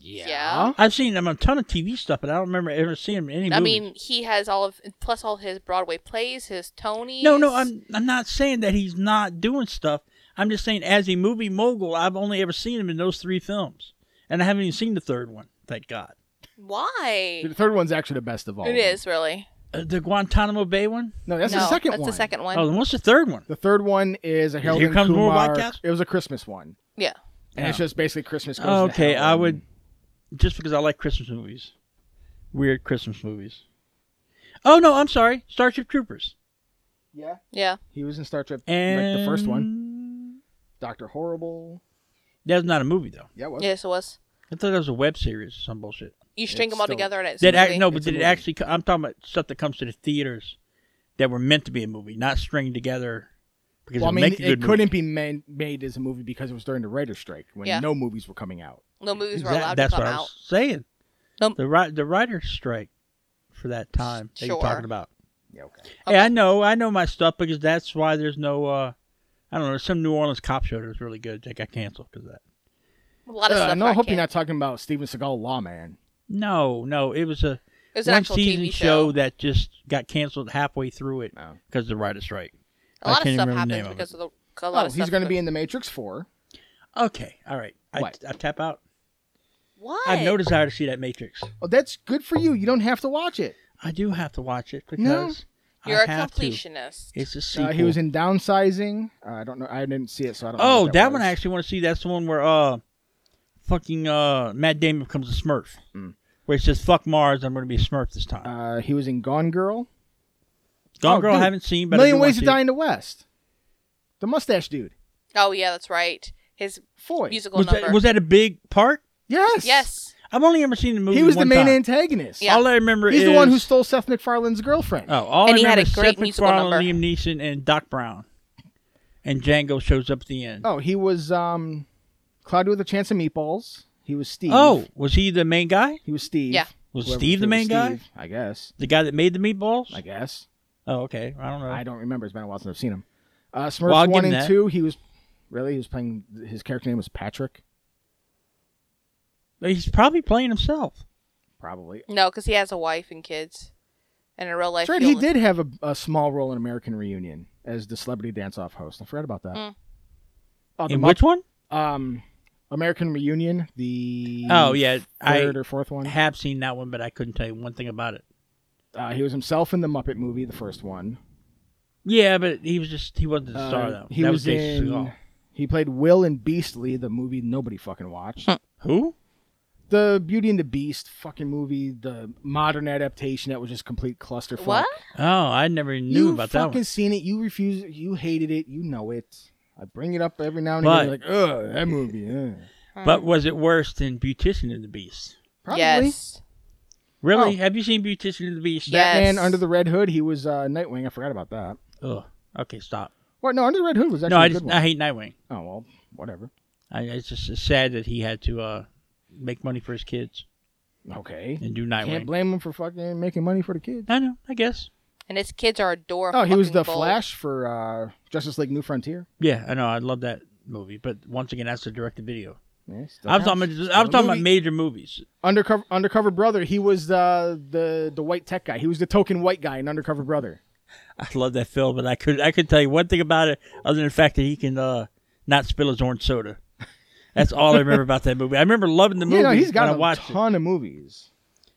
yeah. I've seen him on a ton of TV stuff, but I don't remember ever seeing him in any I movies. mean, he has all of plus all his Broadway plays, his Tony. no, no, I'm I'm not saying that he's not doing stuff. I'm just saying as a movie mogul, I've only ever seen him in those three films, and I haven't even seen the third one. Thank God. why? The third one's actually the best of all. It of them. is really. Uh, the Guantanamo Bay one. No, that's No, the second that's one. the second one. Oh, then what's the third one? The third one is a Harold Here and Comes More White Kumar. Castle? It was a Christmas one, Yeah. and it's just basically Christmas. Goes Oh, to okay, hell I and- would just because I like Christmas movies, weird Christmas movies. Oh no, I'm sorry, Starship Troopers Yeah, Yeah. he was in Star Trek, and like the first one. Doctor Horrible. That was not a movie though. Yeah, it was. Yes, it was. I thought that was a web series or some bullshit. You string It's them all still- together and it's That a act, movie. no, but It's a did it movie. actually? co- I'm talking about stuff that comes to the theaters that were meant to be a movie, not stringed together because Well, I it mean, make a it good movie. couldn't be man- made as a movie because it was during the writer's strike when Yeah. no movies were coming out. no movies Exact- were allowed That's to come what I out. was saying. No- The ri- the writer's strike for that time that you're Sure. talking about. Yeah, okay. Hey, Okay. I know, I know my stuff because that's why there's no. uh I don't know. There's some New Orleans cop show that was really good that got canceled because of that. A lot of Uh, stuff. no, I hope can. you're not talking about Steven Seagal Lawman. No, no, it was a It was an one actual season TV show. Oh. that just got canceled halfway through it No. because of the writer's strike. a lot I can't of stuff remember the name of happens it. because of the. A lot Oh, of he's stuff going to with- be in The Matrix 4. Okay, all right. I, What? I tap out. What? I have no desire to see that Matrix. Oh, that's good for you. You don't have to watch it. I do have to watch it because No. You're I a have completionist. To. It's a sequel. Uh, he was in Downsizing. Uh, I don't know. I didn't see it, so I don't. know oh, what that, one I was. actually want to see. That's the one where uh, fucking uh, Matt Damon becomes a Smurf, Mm. where he says "fuck Mars," I'm going to be a Smurf this time. Uh, he was in Gone Girl. Gone oh, Girl, dude. I haven't seen, but Million I do wanna Ways to see Die it. in the West. The mustache dude. Oh yeah, that's right. His Foy. musical Was number. that, was that a big part? Yes. yes. I've only ever seen the movie. He was the one main time. antagonist. Yeah. All I remember He's is the one who stole Seth MacFarlane's girlfriend. Oh, all And I he had remember a is great Seth musical MacFarlane, number. Liam Neeson, and Doc Brown, and Django shows up at the end. Oh, he was um, Cloudy with a Chance of Meatballs. He was Steve. Oh, was he the main guy? he was Steve. Yeah. Was Whoever Steve the was main guy? Steve, I guess. The guy that made the meatballs? I guess. oh, okay. I don't know. I don't remember. It's been a while since I've seen him. Uh, Smurfs Well, I'll give one him and that. two. He was really. He was playing. His character name was Patrick. He's probably playing himself. Probably. No, because he has a wife and kids, and in real life, That's right. he He only- did have a, a small role in American Reunion as the celebrity dance-off host. I forgot about that. Mm. Oh, the In Mupp- which one? um, American Reunion. The Oh, yeah. I third or fourth one. have seen that one, but I couldn't tell you one thing about it. Uh, he was himself in the Muppet movie, the first one. Yeah, but he was just, he wasn't the Uh, star, though. He that was, Jason in. Segel. He played Will in Beastly, the movie nobody fucking watched. Who? the Beauty and the Beast fucking movie, the modern adaptation that was just complete clusterfuck. What? Oh, I never knew you about that fucking one. seen it. You refuse. it, You hated it. You know it. I bring it up every now and But- again. You're like, ugh, that movie. ugh." But was it worse than Beautician and the Beast? Probably. Yes. Really? Oh. Have you seen Beautician and the Beast? Yeah. Batman Yes. Under the Red Hood. He was uh, Nightwing. I forgot about that. Ugh. Okay, stop. What? No, Under the Red Hood was actually no, I a good just one. I hate Nightwing. Oh well, whatever. I, it's just it's sad that he had to uh, make money for his kids Okay. and do Can't Nightwing. blame him for fucking making money for the kids. I know. I guess. And his kids are adorable. Oh, he was the Flash for uh, Justice League New Frontier. Yeah, I know. I love that movie, but once again, that's a directed video. Yeah, still I counts. was talking. About, Still I was a talking about movie. major movies. undercover undercover brother. He was uh, the the white tech guy. He was the token white guy in undercover brother. I love that film, but I could I could tell you one thing about it other than the fact that he can uh, not spill his orange soda. That's all I remember about that movie. I remember loving the movie. you know, he's got when I a watched it. ton of movies.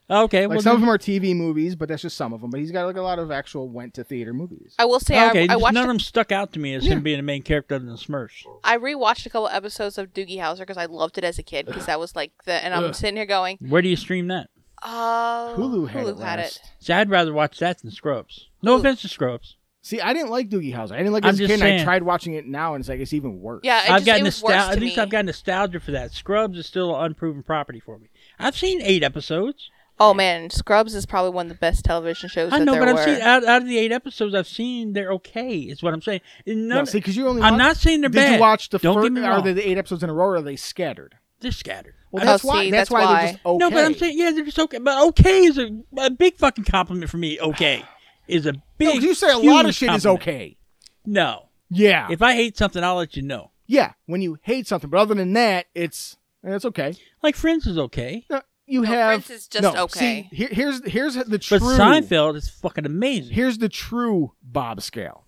Okay, Like well, some of then- them are TV movies, but that's just some of them. But he's got like a lot of actual went to theater movies. I will say, okay, I, I just watched. none of a- them stuck out to me as Yeah. him being the main character other than Smurfs. I rewatched a couple episodes of Doogie Howser because I loved it as a kid because that was like the. And I'm Ugh. sitting here going, Where do you stream that? oh, Hulu had it. last. See, I'd rather watch that than Scrubs. No Who- offense to Scrubs. See, I didn't like Doogie Howser. I didn't like it I'm as a just kid. and I saying. tried watching it now, and it's like it's even worse. Yeah, it I've just, got it was worse nostalgia. to At least me. I've got nostalgia for that. Scrubs is still an unproven property for me. I've seen eight episodes. Oh man, Scrubs is probably one of the best television shows I that know, there but I've were. seen out, out of the eight episodes I've seen, they're okay. Is what I'm saying. And No, None, see, because you only. I'm watch- not saying they're Did bad. you watch the Don't first? get me Are wrong. they the eight episodes in a row? or Are they scattered? they're scattered. Well, Oh, that's why. see, that's that's why, why. they're just okay. No, but I'm saying yeah, they're just okay. But okay is a, a big fucking compliment for me. Okay is a No, big. 'cause you say a lot of huge shit is compliment. okay. No, Yeah. if I hate something, I'll let you know. Yeah, when you hate something, but other than that, it's it's okay. Like Friends is okay, No, you No, have Friends is just no, okay. See, here, here's here's the true. but Seinfeld is fucking amazing. Here's the true Bob scale.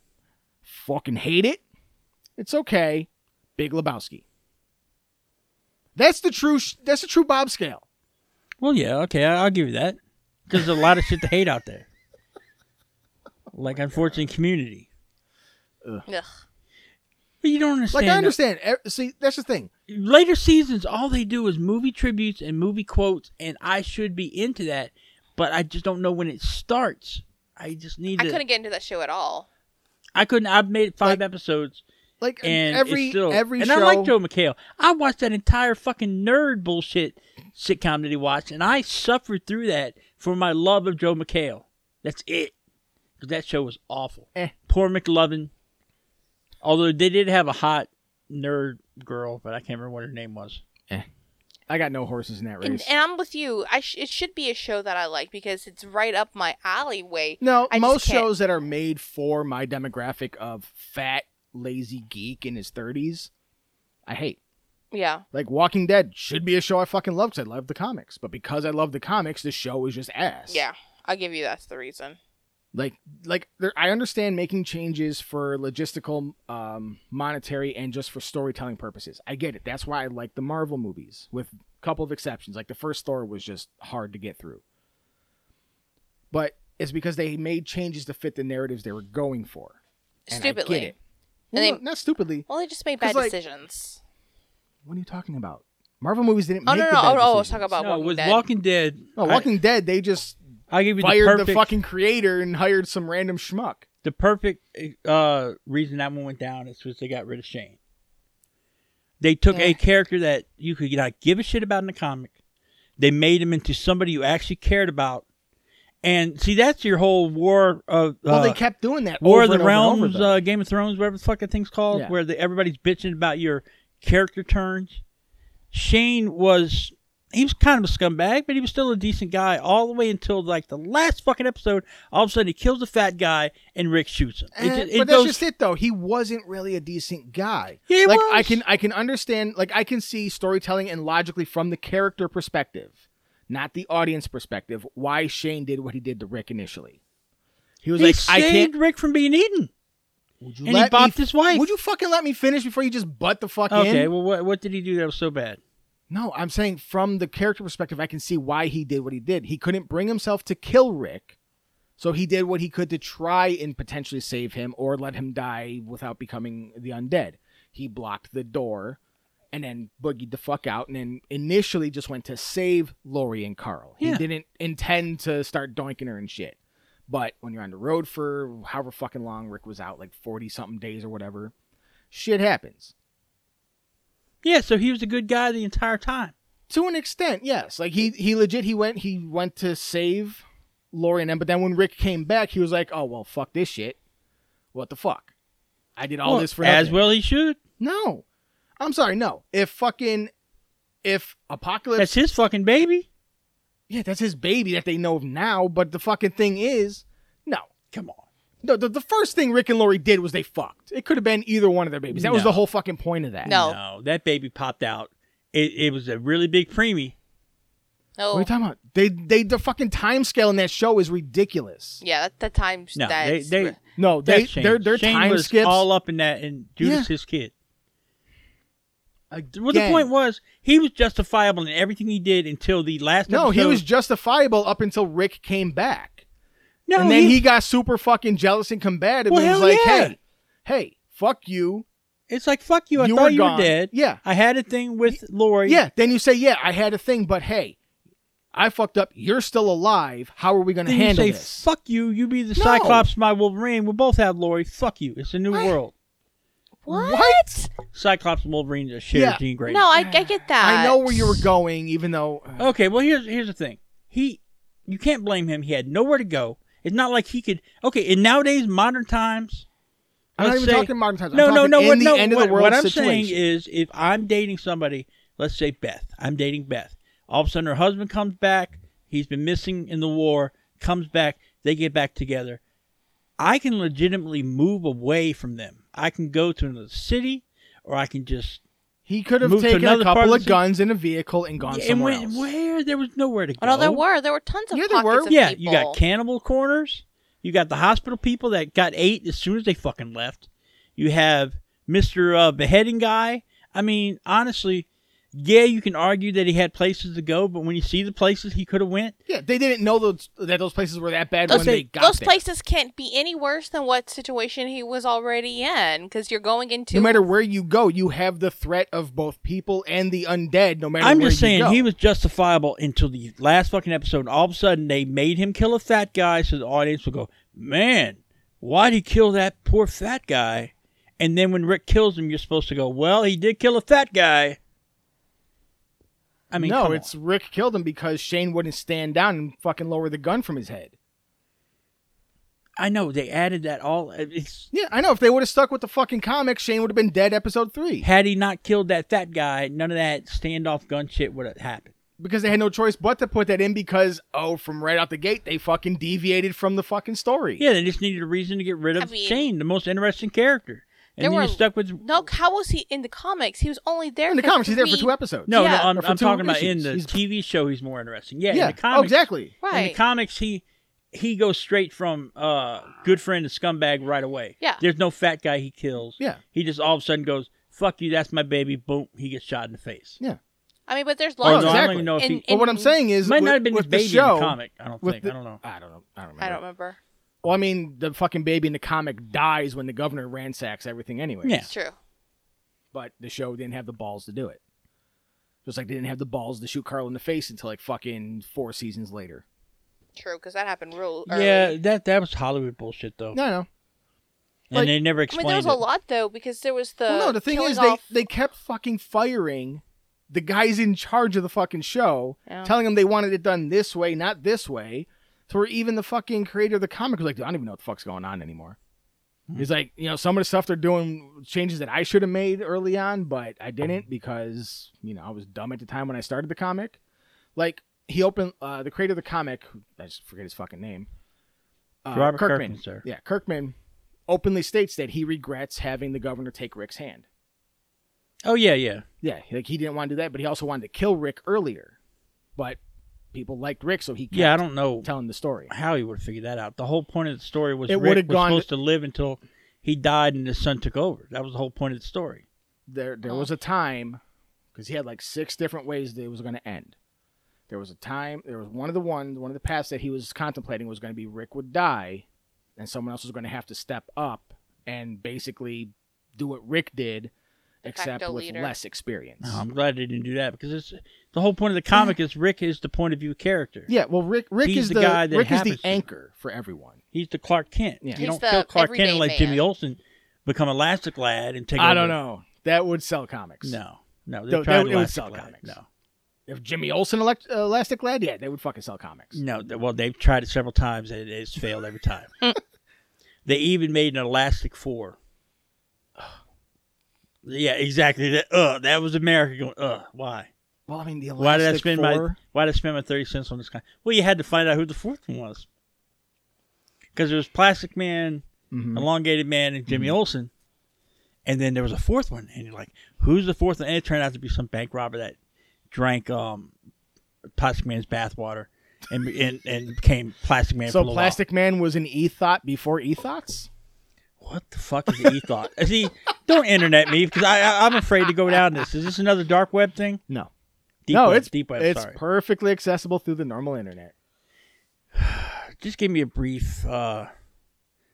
Fucking hate it. It's okay. Big Lebowski. That's the true. sh- That's the true Bob scale. Well, yeah, okay, I- I'll give you that. Because there's a lot of shit to hate out there. Oh Like, unfortunately, community. Ugh. But you don't understand. uh, Like I understand. e- See, that's the thing. Later seasons, all they do is movie tributes and movie quotes, and I should be into that, but I just don't know when it starts. I just need I to. couldn't get into that show at all. I couldn't. I've made five episodes, Like and every it's still, every and show. I like Joe McHale. I watched that entire fucking nerd bullshit sitcom that he watched, and I suffered through that for my love of Joe McHale. That's it, 'Cause that show was awful. Eh. Poor McLovin. Although they did have a hot nerd girl, but I can't remember what her name was. I got no horses in that race. And, and I'm with you. I sh- it should be a show that I like because it's right up my alleyway. no, I just most can't. shows that are made for my demographic of fat, lazy geek in his 30s, I hate. Yeah. Like Walking Dead should be a show I fucking love because I love the comics, but because I love the comics, the show is just ass. Yeah. I'll give you that's the reason. like like there, i understand making changes for logistical um monetary and just for storytelling purposes i get it that's why i like the marvel movies with a couple of exceptions like the first thor was just hard to get through but it's because they made changes to fit the narratives they were going for and I Stupidly. get it. And Well, they- not stupidly Well, they just made 'Cause, bad like- decisions. what are you talking about marvel movies didn't Oh make no, no, the bad no. Oh, oh, I was decisions. talking about no, Walking with Dead. Walking Dead. no, walking dead they just I, will give you the fired the, perfect, fucking creator and hired some random schmuck the perfect uh, reason that one went down is because they got rid of Shane. They took Yeah. a character that you could not give a shit about in the comic. They made him into somebody you actually cared about. And see, that's your whole war of uh, well, they kept doing that. War of over the and over and over, Realms, though. uh, Game of Thrones, whatever the fuck that thing's called, Yeah. where the, everybody's bitching about your character turns. Shane was he was kind of a scumbag, but he was still a decent guy all the way until like the last fucking episode. All of a sudden, he kills the fat guy and Rick shoots him. Eh, uh, ju- but that's goes- just it, though. He wasn't really a decent guy. He like I was. can I can understand like I can see storytelling and logically from the character perspective, not the audience perspective, why Shane did what he did to Rick initially. He was he like, I saved can't. Rick from being eaten. Would you and he let me bopped his wife. Would you fucking let me finish before you just butt the fuck in? Okay, well, what what did he do that was so bad? No, I'm saying from the character perspective, I can see why he did what he did. He couldn't bring himself to kill Rick, so he did what he could to try and potentially save him or let him die without becoming the undead. He blocked the door and then boogied the fuck out and then initially just went to save Lori and Carl. He Yeah. didn't intend to start doinking her and shit. But when you're on the road for however fucking long Rick was out, like 40 something days or whatever, shit happens. Yeah, so he was a good guy the entire time. to an extent, yes. Like he he legit he went he went to save Lori and them, but then when Rick came back, he was like, "Oh well, fuck this shit. What the fuck? I did all Well, this for as nothing." well he should. No, I'm sorry. No, if fucking if apocalypse, That's his fucking baby. yeah, that's his baby that they know of now. But the fucking thing is, no, Come on. no. The, the first thing Rick and Lori did was they fucked. It could have been either one of their babies. That was No. the whole fucking point of that. No. No, that baby popped out. It, it was a really big preemie. No. What are you talking about? They they the fucking time scale in that show is ridiculous. yeah, that, that time. No, they, that's, they No, they that's Shane. their their Shane time was skips all up in that, and Judas his kid. Well, the Again. point was he was justifiable in everything he did until the last. No, he episode. was justifiable up until Rick came back. No, and then he, got super fucking jealous and combative Well, and was hell like, yeah. hey, hey, fuck you. It's like fuck you. I You thought were you gone. were dead. Yeah. I had a thing with Lori. Yeah. Then you say, yeah, I had a thing, but hey, I fucked up. You're still alive. How are we going to Then you handle say this? fuck you. You be the No. Cyclops, my Wolverine. We both have Lori. Fuck you. It's a new I- world. what? Cyclops and Wolverine are shared Yeah. gene grace. No, I, I get that. I know where you were going, even though. uh, Okay, well here's here's the thing. He you can't blame him. He had nowhere to go. It's not like he could Okay, in nowadays modern times I'm not let's even say- talking modern times. I'm No, no, talking no, in what, the no, end of what, the world what I'm situation. saying is if I'm dating somebody, let's say Beth. I'm dating Beth. All of a sudden her husband comes back, he's been missing in the war, comes back, they get back together. I can legitimately move away from them. I can go to another city or I can just he could have Move to taken a another part couple of of the- guns in a vehicle and gone and somewhere went else. where there was nowhere to go. Oh, no, there were there were tons of Yeah, there pockets were. of yeah, people. you got cannibal corners. You got the hospital people that got eight as soon as they fucking left. You have Mister uh, Beheading guy. I mean, honestly, yeah, you can argue that he had places to go, but when you see the places he could have went, Yeah, they didn't know those, that those places were that bad Those, when they got those there. places can't be any worse than what situation he was already in because you're going into No matter where you go, you have the threat of both people and the undead. No matter I'm where just you saying go. he was justifiable until the last fucking episode. And all of a sudden, they made him kill a fat guy, so the audience will go, "Man, why'd he kill that poor fat guy?" And then when Rick kills him, you're supposed to go, well, he did kill a fat guy. I mean, no, come it's Rick killed him because Shane wouldn't stand down and fucking lower the gun from his head. on. I know they added that all. It's Yeah, I know. If they would have stuck with the fucking comic, Shane would have been dead episode three had he not killed that fat guy, none of that standoff gun shit would have happened. because they had no choice but to put that in because oh, from right out the gate they fucking deviated from the fucking story. Yeah, they just needed a reason to get rid of I mean- Shane, the most interesting character, and There then were- you're stuck with No, how was he in the comics? He was only there In the for comics, he's there for three- two episodes. No, no, Yeah. I'm, Or for I'm two talking about in issues. the He's- TV show. He's more interesting. Yeah, yeah. in the comics, oh, exactly. Right. In the comics, he he goes straight from uh, good friend to scumbag right away. Yeah. there's no fat guy he kills. Yeah. he just all of a sudden goes, "Fuck you, that's my baby." Boom, he gets shot in the face. I mean, but there's Oh, Although lots. I exactly. don't even know if And- he But what I'm in- saying is, might with, not have been with his baby the show, in the comic. I don't with think. the- I don't know. I don't know. I don't remember. I don't remember. Well, I mean, the fucking baby in the comic dies when the governor ransacks everything anyway. Yeah. It's true. But the show didn't have the balls to do it. Just like they didn't have the balls to shoot Carl in the face until like fucking four seasons later. True, because that happened real early. Yeah, that that was Hollywood bullshit though, No, no. and like- they never I mean, explained there was it. a lot though because there was the well, no, the thing killing is, off... they, they kept fucking firing the guys in charge of the fucking show, Yeah. telling them they wanted it done this way, not this way. So where even the fucking creator of the comic was like, "Dude, I don't even know what the fuck's going on anymore. Hmm. He's like, you know, some of the stuff they're doing, changes that I should have made early on, but I didn't because, you know, I was dumb at the time when I started the comic. Like, he opened uh, the creator of the comic, I just forget his fucking name. Uh, Robert Kirkman, sir. Yeah, Kirkman openly states that he regrets having the governor take Rick's hand. Oh yeah, yeah. Yeah, like he didn't want to do that, but he also wanted to kill Rick earlier. But people liked Rick, so he kept Yeah, I don't know telling the story. how he would have figured that out. The whole point of the story was It Rick was would've gone- supposed to live until he died and his son took over. That was the whole point of the story. There, there was a time because he had like six different ways that it was going to end. There was a time. There was one of the ones, one of the paths that he was contemplating was going to be Rick would die, and someone else was going to have to step up and basically do what Rick did, except facto with leader. less experience. No, Oh, I'm glad they didn't do that because it's the whole point of the comic is Rick is the point of view character. Yeah, well, Rick, Rick He's is the the, guy that Rick is the happens to- anchor for everyone. He's the Clark Kent. Yeah. You He's don't the kill Clark Kent everyday and let man. Jimmy Olsen become Elastic Lad and take. I over. don't know. That would sell comics. No, no, they Though- tried that would- it would Elastic sell Lad. comics. No, If Jimmy Olsen elect, uh, Elastic Lad, yeah, they would fucking sell comics. no. th- Well, they've tried it several times and it's failed every time. they even made an Elastic Four. Yeah, exactly. That uh, that was America going. Uh, why? Well, I mean, the Elastic Why did I spend my Four- Why did I spend my thirty cents on this guy? Well, you had to find out who the fourth one was, because there was Plastic Man, Mhm. Elongated Man, and Mm-hmm. Jimmy Olsen, and then there was a fourth one, and you're like, who's the fourth one? And it turned out to be some bank robber that drank um, Plastic Man's bathwater and and, and became Plastic Man. for a So little Plastic Man was an ethot before ethots. While. What the fuck is the thought? See, don't internet me because I, I I'm afraid to go down this. Is this another dark web thing? No, Deep no, web, it's deep web. it's sorry. perfectly accessible through the normal internet. just give me a brief uh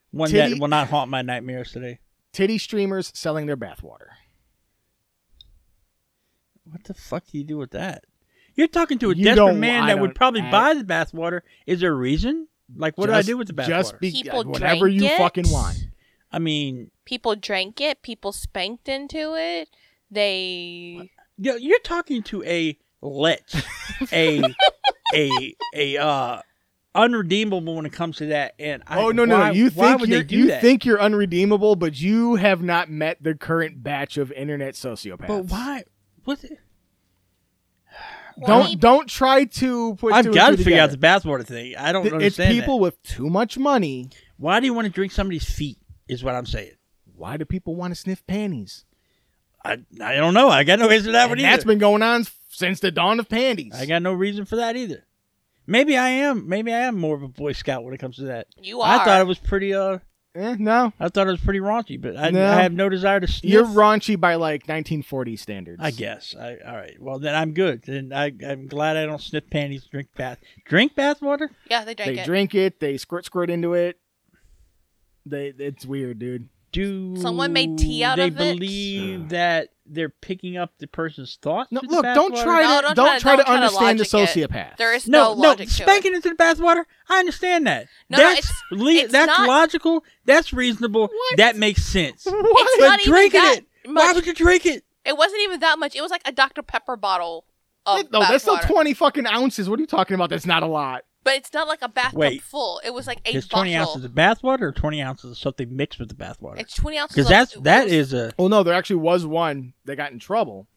one Titty- that will not haunt my nightmares today. Titty streamers selling their bathwater. What the fuck do you do with that? You're talking to a You desperate don't- man I that would don't- probably I- buy the bathwater. Is there a reason? Like, what Just- do I do with the bathwater? Just be, People whatever drank you it? fucking want. I mean, people drank it, people spanked into it. They you're you're talking to a let a a a uh unredeemable when it comes to that. And I, oh no no why- no! You why think would you're, they do you that? think you're unredeemable, but you have not met the current batch of internet sociopaths. But why? What? the- Why- Don't don't try to put. I've two and got to two figure out the together. bathwater thing. I don't It's understand. that. people with too much money. Why do you want to drink somebody's feet? Is what I'm saying. Why do people want to sniff panties? I, I don't know. I got no reason for that one And either. that's been going on s- since the dawn of panties. I got no reason for that either. Maybe I am. Maybe I am more of a Boy Scout when it comes to that. you are. I thought it was pretty. Uh, Eh, no, I thought it was pretty raunchy, but I, No. I have no desire to sniff. you're raunchy by like 1940 standards. I guess. I, all right. Well, then I'm good. Then I, I'm glad I don't sniff panties. Drink bath. Drink bath water. yeah, they drank they it. drink it, they squirt squirt into it. They, it's weird, dude. do Someone made tea out they of it? believe that they're picking up the person's thoughts No, with the look, don't bathwater? try No, to don't don't try try to to- don't try to understand the logic it. sociopath. There is no, no, no, logic to it. spanking into the bathwater. I understand that. No, no, that's it's- le- it's that's not- logical. That's reasonable. What? That makes sense. It's But not even drinking that it. Why much. would you drink it? It wasn't even that much. It was like a Dr Pepper bottle of no, that's still bathwater. twenty fucking ounces. What are you talking about? That's not a lot. But it's not like a bathtub Wait. full. It was like a It's bottle. twenty ounces of bathwater or twenty ounces of something mixed with the bathwater. It's twenty ounces. Because of- that's it that was- is a Well, no, there actually was one that got in trouble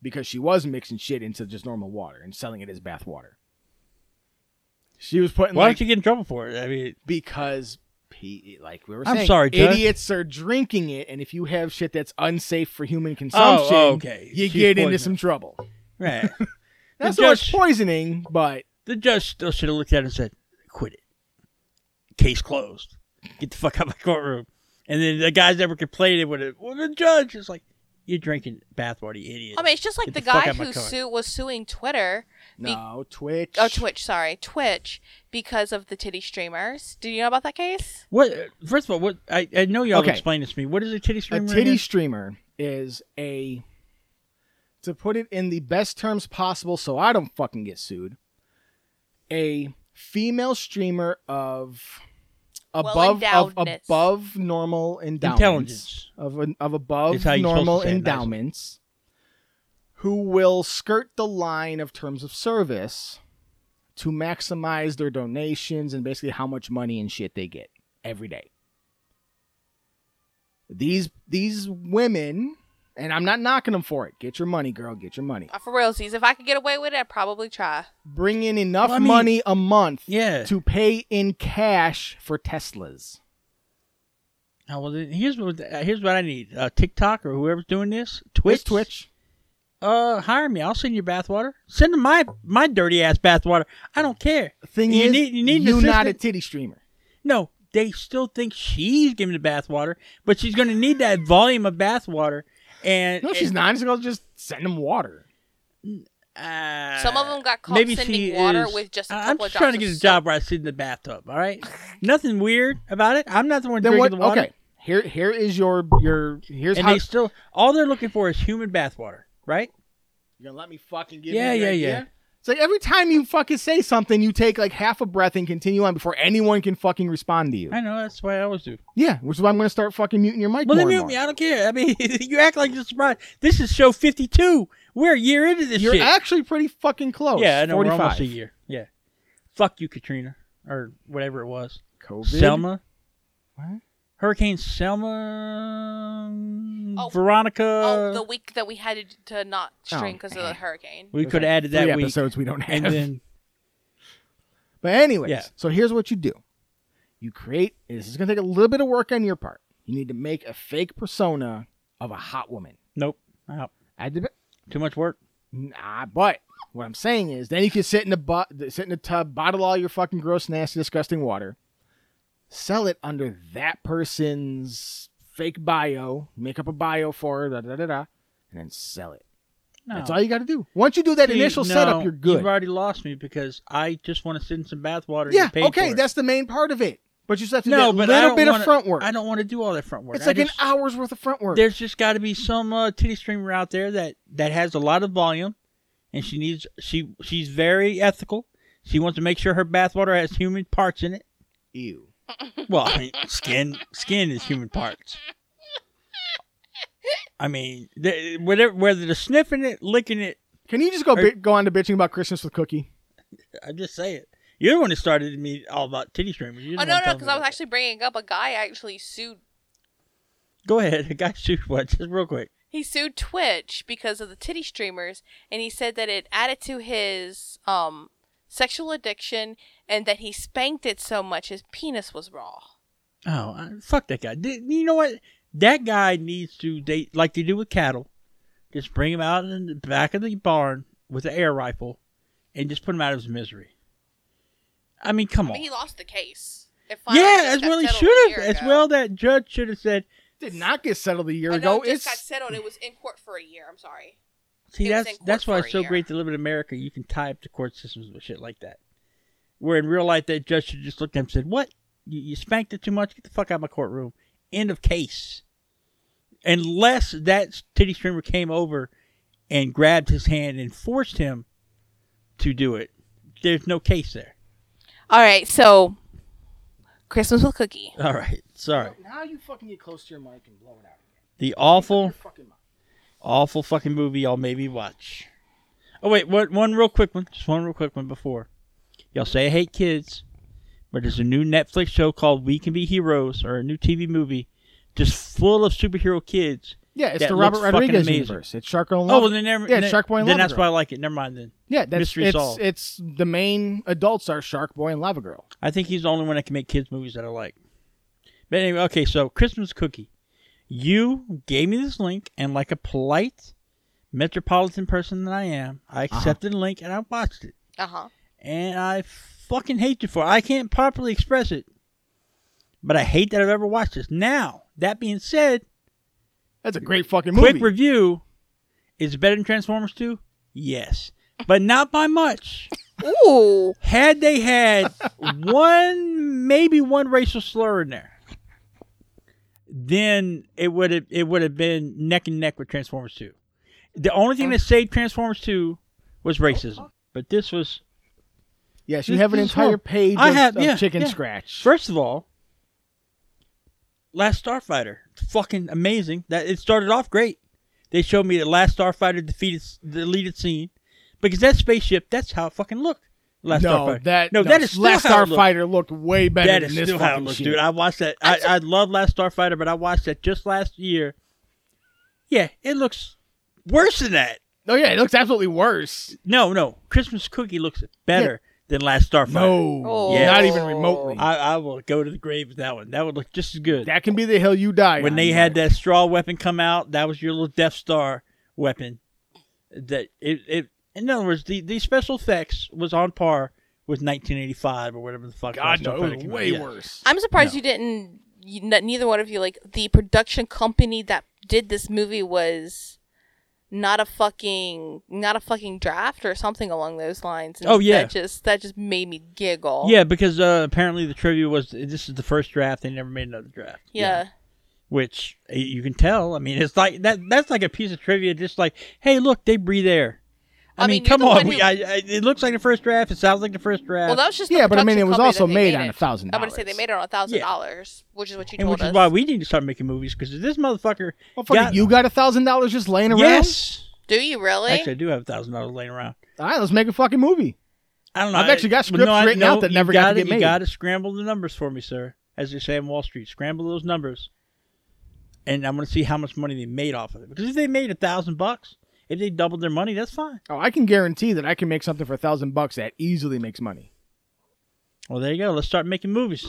because she was mixing shit into just normal water and selling it as bath water. She was putting why like don't you get in trouble for it? I mean, because P, like we were I'm saying, sorry, Doug. idiots are drinking it, and if you have shit that's unsafe for human consumption, Oh, okay. you She's get into poisoning. some trouble. right. That's The so much judge- poisoning, but the judge still should have looked at it and said, "Quit it. Case closed. Get the fuck out of my courtroom." And then the guys never complained. It would have. Well, the judge is like, "You're drinking bathwater, you idiot." I mean, it's just like Get the, the fuck guy out my who car. su- was suing Twitter. be- no Twitch. oh, Twitch. Sorry, Twitch because of the titty streamers. Do you know about that case? What? First of all, what I, I know y'all Okay. explained this to me. What is a titty A streamer? titty again? streamer is a, to put it in the best terms possible, so I don't fucking get sued. A female streamer of above of endowedness. above normal endowments Intelligence. of an, of Is above how you're supposed to normal say it, nice. endowments, who will skirt the line of terms of service to maximize their donations and basically how much money and shit they get every day these these women and i'm not knocking them for it get your money girl get your money Uh, For realsies, if I could get away with it, I'd probably try. bring in enough Well, I mean- money a month Yeah. to pay in cash for teslas Oh, well, then here's what uh, here's what I need. Uh, TikTok or whoever's doing this, Twitch, Twitch, twitch Uh, hire me. I'll send you bathwater. Send them my my dirty ass bathwater. I don't care. thing you is need, you need an you not a assistant. titty streamer No, they still think she's giving the bathwater, but she's going to need that volume of bathwater. And no she's not she's gonna just send them water Uh, Some of them got caught maybe sending she water is- with just a I- I'm couple just of trying to drops get of a job where I sit in the bathtub. All right, nothing weird about it. I'm not the one then drinking what the water. okay here here is your your here's and how they still all they're looking for is human bathwater, right? you're gonna let me fucking give Yeah, you yeah, an idea? yeah. it's like every time you fucking say something you take like half a breath and continue on before anyone can fucking respond to you I know that's why I always do. yeah which is why i'm gonna start fucking muting your mic more Well, they and mute more. me. I don't care. I mean, you act like you're surprised. This is show 52. We're a year into this You're shit. actually pretty fucking close. yeah, I know. We're 45. almost a year. Yeah. Fuck you, Katrina, or whatever it was. COVID. Selma. What? Hurricane Selma. Oh. Veronica. Oh, the week that we had to not stream Oh. because of the hurricane. we Those could are have added that three week. episodes we don't have. And then, but anyways, Yeah. so here's what you do: you create. This is gonna take a little bit of work on your part. You need to make a fake persona of a hot woman. nope. Out. I did, Too much work. nah, but what I'm saying is, then you can sit in the bu- sit in the tub, bottle all your fucking gross, nasty, disgusting water, sell it under that person's fake bio, make up a bio for her, da da da da, and then sell it. No. That's all you got to do. Once you do that See, initial no, setup, you're good. You've already lost me because I just want to sit in some bathwater. and yeah. get paid Okay, for it. that's the main part of it. But you just have to no, do but a I little don't bit wanna- of front work. I don't want to do all that front work. It's I like just- an hour's worth of front work. There's just got to be some uh, titty streamer out there that that has a lot of volume, and she needs she she's very ethical. She wants to make sure her bathwater has human parts in it. Ew. Well, I mean, skin skin is human parts. I mean, th- whatever whether they're sniffing it, licking it, Can you just go Are- bi- go on to bitching about Christmas with Cookie? I just say it. You're the one that started me all about titty streamers. You're the Oh no, one no, telling because me I was about actually bringing up a guy actually sued. that. Go ahead, guy. Shoot what? Just real quick. He sued Twitch because of the titty streamers, and he said that it added to his um sexual addiction, and that he spanked it so much his penis was raw. Oh, I- fuck that guy. Th- You know what? That guy needs to they like they do with cattle. Just bring him out in the back of the barn with an air rifle, and just put him out of his misery. I mean, come I on. mean, he lost the case. It finally Yeah, just as got well he settled a should year have. As ago. well that judge should have said. Did not get settled a year I ago. know it just got It's settled. It was in court for a year. I'm sorry. See, He was that's in court that's why for it's a so year. great to live in America. You can tie up the court systems with shit like that. Where in real life, that judge should just look at him and said, "What? You, you spanked it too much. Get the fuck out of my courtroom." End of case. Unless that titty streamer came over and grabbed his hand and forced him to do it, there's no case there. All right, so Christmas with Cookie. All right. Sorry. Now you fucking get close to your mic and blow it out. The awful, Fucking mic. awful fucking movie y'all made me watch. Oh, wait. One, one real quick one. Just one real quick one before. Y'all say I hate kids, but there's a new Netflix show called We Can Be Heroes or a new TV movie just full of superhero kids. Yeah, it's That the Robert looks fucking Rodriguez amazing. universe. It's Shark and Love. Oh, well, then never. yeah, it's then, Shark Boy and Then Lava that's why I Girl. like it. Never mind then. Yeah, that's Mystery it's, solved. it's the main adults are Shark Boy and Lava Girl. I think he's the only one that can make kids movies that I like. But anyway, okay, so Christmas cookie. You gave me this link, and like a polite metropolitan person that I am, I Uh-huh. accepted the link and I watched it. Uh huh. And I fucking hate you for it. I can't properly express it. But I hate that I've ever watched this. Now, that being said, That's a great fucking movie. quick review is it better than Transformers 2? Yes. But not by much. Ooh. had they had one maybe one racial slur in there then it would have it would have been neck and neck with transformers 2 the only thing that saved transformers 2 was racism but this was yes, you This- have an this is entire horrible. page I of, have- of yeah, chicken yeah. scratch. first of all last starfighter fucking amazing that it started off great they showed me that last starfighter defeated deleted scene because that spaceship that's how it fucking looked last no, starfighter that no, that is still Last how it looked. Starfighter looked way better That than is this still fucking how it looks, shit. dude. I watched that. I, I love Last Starfighter, but I watched that just last year. Yeah, it looks worse than that. oh yeah, it looks absolutely worse. No, no, Christmas Cookie looks better than Last Starfighter. No, Oh. not even remotely. I, I will go to the grave with that one. That would look just as good. that can be the hill you die. when on. they had that straw weapon come out, that was your little Death Star weapon. That it, it in other words, the, the special effects was on par with 1985 or whatever the fuck. God Last no, Starfighter it was came out. way Yeah. worse. I'm surprised No. you didn't. You, n- neither one of you like the production company that did this movie was not a fucking not a fucking draft or something along those lines. And Oh, yeah. that just that just made me giggle. Yeah, because uh, apparently the trivia was this is the first draft. They never made another draft. yeah, Which eh, you can tell. I mean, it's like that. That's like a piece of trivia. Just like, hey, look, they breathe air. I, I mean, mean, come you're the on. one We, who- I, I, it looks like the first draft. It sounds like the first draft. Well, that was just the Yeah, but I mean, production it was company also that they made on it. $1,000. I'm gonna say they made it on a thousand dollars, which is what you and told which us. is why we need to start making movies because this motherfucker. Well, fucking- got- Oh, you got a thousand dollars just laying around. Yes. Do you really? Actually, I do have a thousand dollars laying around. All right, let's make a fucking movie. I don't know. I've actually got Well, scripts I- written out that you never got to gotta- get made. You got to scramble the numbers for me, sir. As they say on Wall Street, scramble those numbers, and I'm going to see how much money they made off of it. Because if they made a thousand bucks, if they doubled their money, that's fine. Oh, I can guarantee that I can make something for a thousand bucks that easily makes money. Well, there you go. Let's start making movies.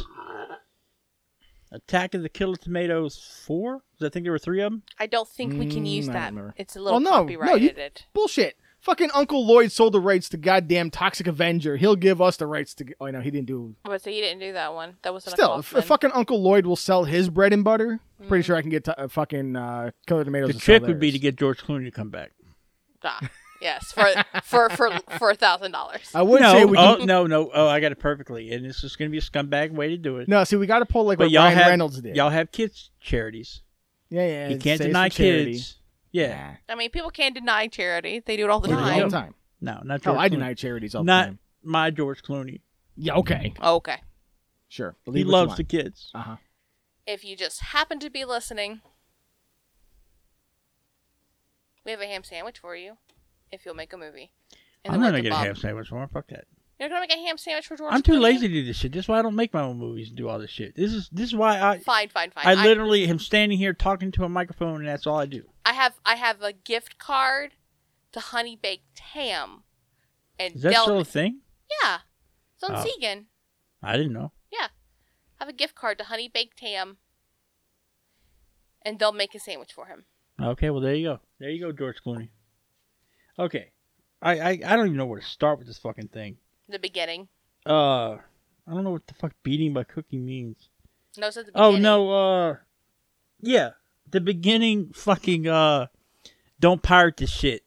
Attack of the Killer Tomatoes four. 'Cause I think there were three of them. I don't think we can use Mm, I that. remember. It's a Well, little no, no, you- copyrighted. Bullshit. Fucking Uncle Lloyd sold the rights to goddamn Toxic Avenger. He'll give us the rights to. Oh no, he didn't do. But so you didn't do that one. That was an Still, if, if fucking Uncle Lloyd will sell his bread and butter, pretty sure I can get to, uh, fucking uh, Killer Tomatoes. The to sell trick would be to theirs. get George Clooney to come back. Ah, yes, for for for for a thousand dollars. I would no, say we oh, can. no, no. Oh, I got it perfectly, and this is going to be a scumbag way to do it. No, see, we got to pull like but what y'all Ryan have Reynolds did. y'all have kids charities. yeah, yeah. You can't say it's deny for charity. kids. Yeah. Nah, I mean, people can't deny charity; they do it all the we do it all time. the time. No, not George Oh, I Clooney. deny charities all the Not time. my George Clooney. Yeah, okay, Oh, okay, sure. he loves the kids. Uh huh. if you just happen to be listening, we have a ham sandwich for you. If you'll make a movie, In the I'm not words gonna of get a Bob- ham sandwich tomorrow. Fuck that. You're not gonna make a ham sandwich for George. I'm too Clooney? lazy to do this shit. That's why I don't make my own movies and do all this shit. This is this is why I Fine, fine, fine. I literally am standing here talking to a microphone and that's all I do. I have I have a gift card to honey baked ham, and Is that Del- still a thing? yeah, it's on Oh. Segan. I didn't know. Yeah. Have a gift card to Honey Baked Ham. And they'll make a sandwich for him. Okay, well there you go. There you go, George Clooney. Okay. I, I, I don't even know where to start with this fucking thing. The beginning. Uh I don't know what the fuck beating by cookie means. No, it's at the Oh beginning. no, uh yeah. The beginning fucking uh don't pirate this shit.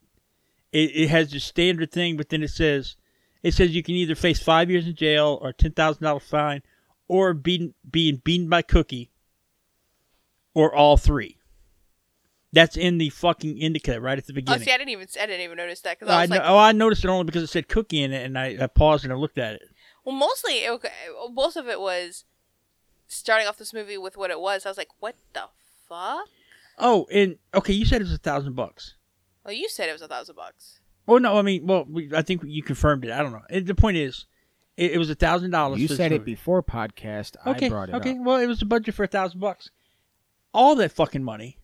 It it has the standard thing, but then it says it says you can either face five years in jail or ten thousand dollar fine or beaten being beaten by cookie or all three. That's in the fucking indica right at the Oh, beginning. see, I didn't even I didn't even notice that because I I was know, like, oh, I noticed it only because it said cookie in it, and I, I paused and I looked at it. well, mostly it, most of it was starting off this movie with what it was. I was like, what the fuck? Oh, and okay, you said it was a thousand bucks. Well, you said it was a thousand bucks. Oh no, I mean, well, we, I think you confirmed it. I don't know. It, the point is, it, it was a thousand dollars. You for this said it movie. before podcast. Okay, I brought it okay. up. Well, it was a budget for a thousand bucks. All that fucking money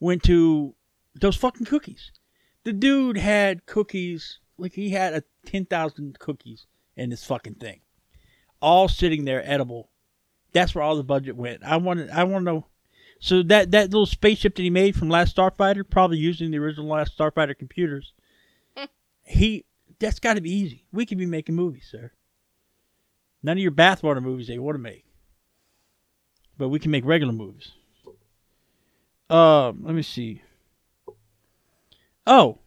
went to those fucking cookies. The dude had cookies like he had a ten thousand cookies in this fucking thing, all sitting there edible. That's where all the budget went. I wanted. I want to know. So that that little spaceship that he made from Last Starfighter, probably using the original Last Starfighter computers, he that's got to be easy. We could be making movies, sir. None of your bathwater movies they want to make. But we can make regular movies. Um, let me see. Oh,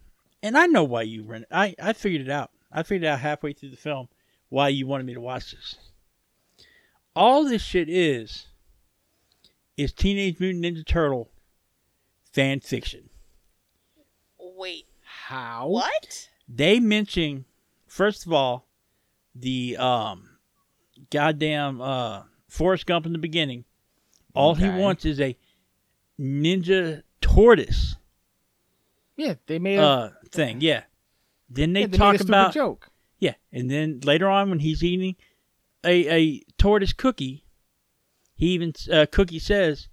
and I know why you rent. I I figured it out. I figured out halfway through the film why you wanted me to watch this. All this shit is is Teenage Mutant Ninja Turtle fan fiction. Wait, Oh. How? what? They mention first of all the um goddamn uh Forrest Gump in the beginning. All he Okay. wants is a ninja tortoise Yeah, they made a, uh thing. Yeah. Then they yeah, they made a talk stupid about joke. yeah, and then later on when he's eating a a tortoise cookie, he even uh, cookie says,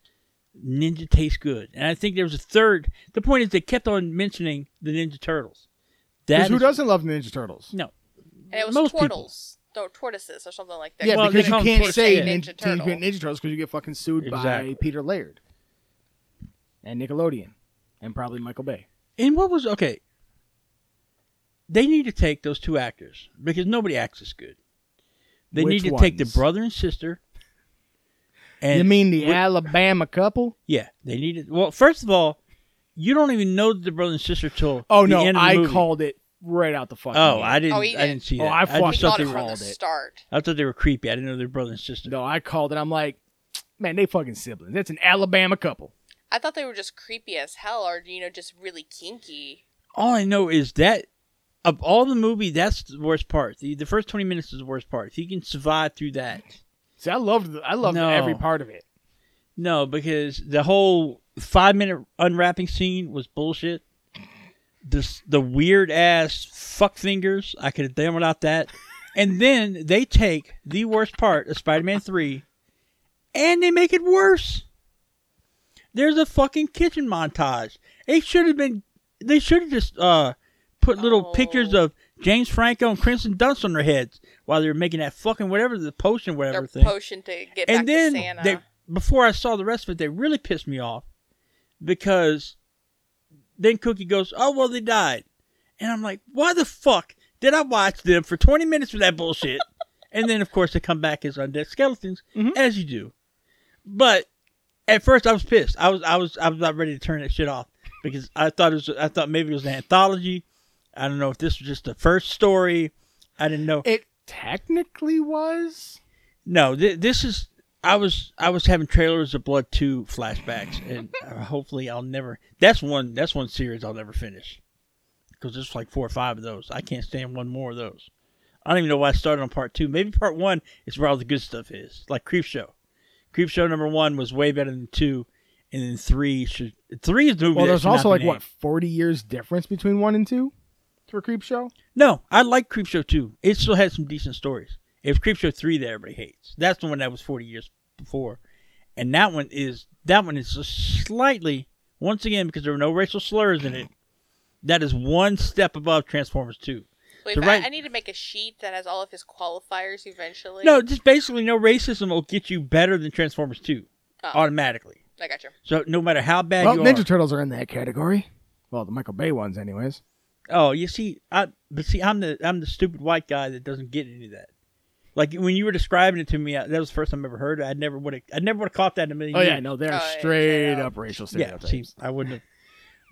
"Ninja tastes good." And I think there was a third. The point is they kept on mentioning the Ninja Turtles. 'Cause That who is- doesn't love Ninja Turtles? no. And it was Most people. turtles, no tortoises or something like that. Yeah, Well, they because call you 'em can't Tortoise say Ninja Ninja, Turtle. Teenage Mutant Ninja Turtles because you get fucking sued Exactly. by Peter Laird and Nickelodeon and probably Michael Bay. And what was okay? They need to take those two actors because nobody acts as good. They Which need to take the ones? brother and sister. And you mean the wi- Alabama couple? yeah? They need to. Well, first of all, you don't even know the brother and sister till Oh the no, end of the I movie. called it right out the fucking. Oh, gate. I didn't. Oh, he I did. didn't see Oh, that. I We fucked just up thought caught they it the were. from wrong the day. start. I thought they were creepy. I didn't know they were brother and sister. No, I called it. I'm like, man, they fucking siblings. That's an Alabama couple. I thought they were just creepy as hell, or you know, just really kinky. All I know is that of all the movie, that's the worst part. The, the first twenty minutes is the worst part. If you can survive through that, See, I loved, the, I loved No. every part of it. no, because the whole five minute unwrapping scene was bullshit. This the weird ass fuck fingers. I could have done without that. And then they take the worst part of Spider Man Three, and they make it worse. There's a fucking kitchen montage. It should have been. They should have just uh, put little Oh. pictures of James Franco and Crimson Dunst on their heads while they were making that fucking whatever the potion, whatever Their thing potion to get back and then to Santa. they before I saw the rest of it, they really pissed me off because then Cookie goes, "Oh well, they died," and I'm like, "Why the fuck did I watch them for 20 minutes of that bullshit?" and then of course they come back as undead skeletons, as you do. But at first I was pissed. I was I was I was about ready to turn that shit off because I thought it was I thought maybe it was an anthology. I don't know if this was just the first story. I didn't know. It technically was. No, th- this is. I was I was having trailers of Blood Two flashbacks, and uh, hopefully I'll never. That's one. That's one series I'll never finish, because there's like four or five of those. I can't stand one more of those. I don't even know why I started on part two. Maybe part one is where all the good stuff is, like Creep Show. Creep Show number one was way better than two, and then three should. Three is the movie. Well, that there's should not also be like named. what 40 years difference between one and two for Creep Show. No, I like Creepshow 2. It still had some decent stories. It was Creepshow 3 that everybody hates. That's the one that was 40 years before. And that one is that one is just slightly once again because there were no racial slurs in it. That is one step above Transformers 2. Wait, so but right- I, I need to make a sheet that has all of his qualifiers eventually. No, just basically no racism will get you better than Transformers 2 Oh. automatically. I got you. So no matter how bad Well, you Ninja are. Turtles are in that category. Well, the Michael Bay ones, anyways. Oh, you see, I but see, I'm the I'm the stupid white guy that doesn't get any of that. Like when you were describing it to me, I, that was the first time I ever heard it. I never would have, I never would have caught that in a million. Oh years. yeah, no, they're Oh, yeah, straight straight up racial Uh, yeah. stereotypes. See, I wouldn't have.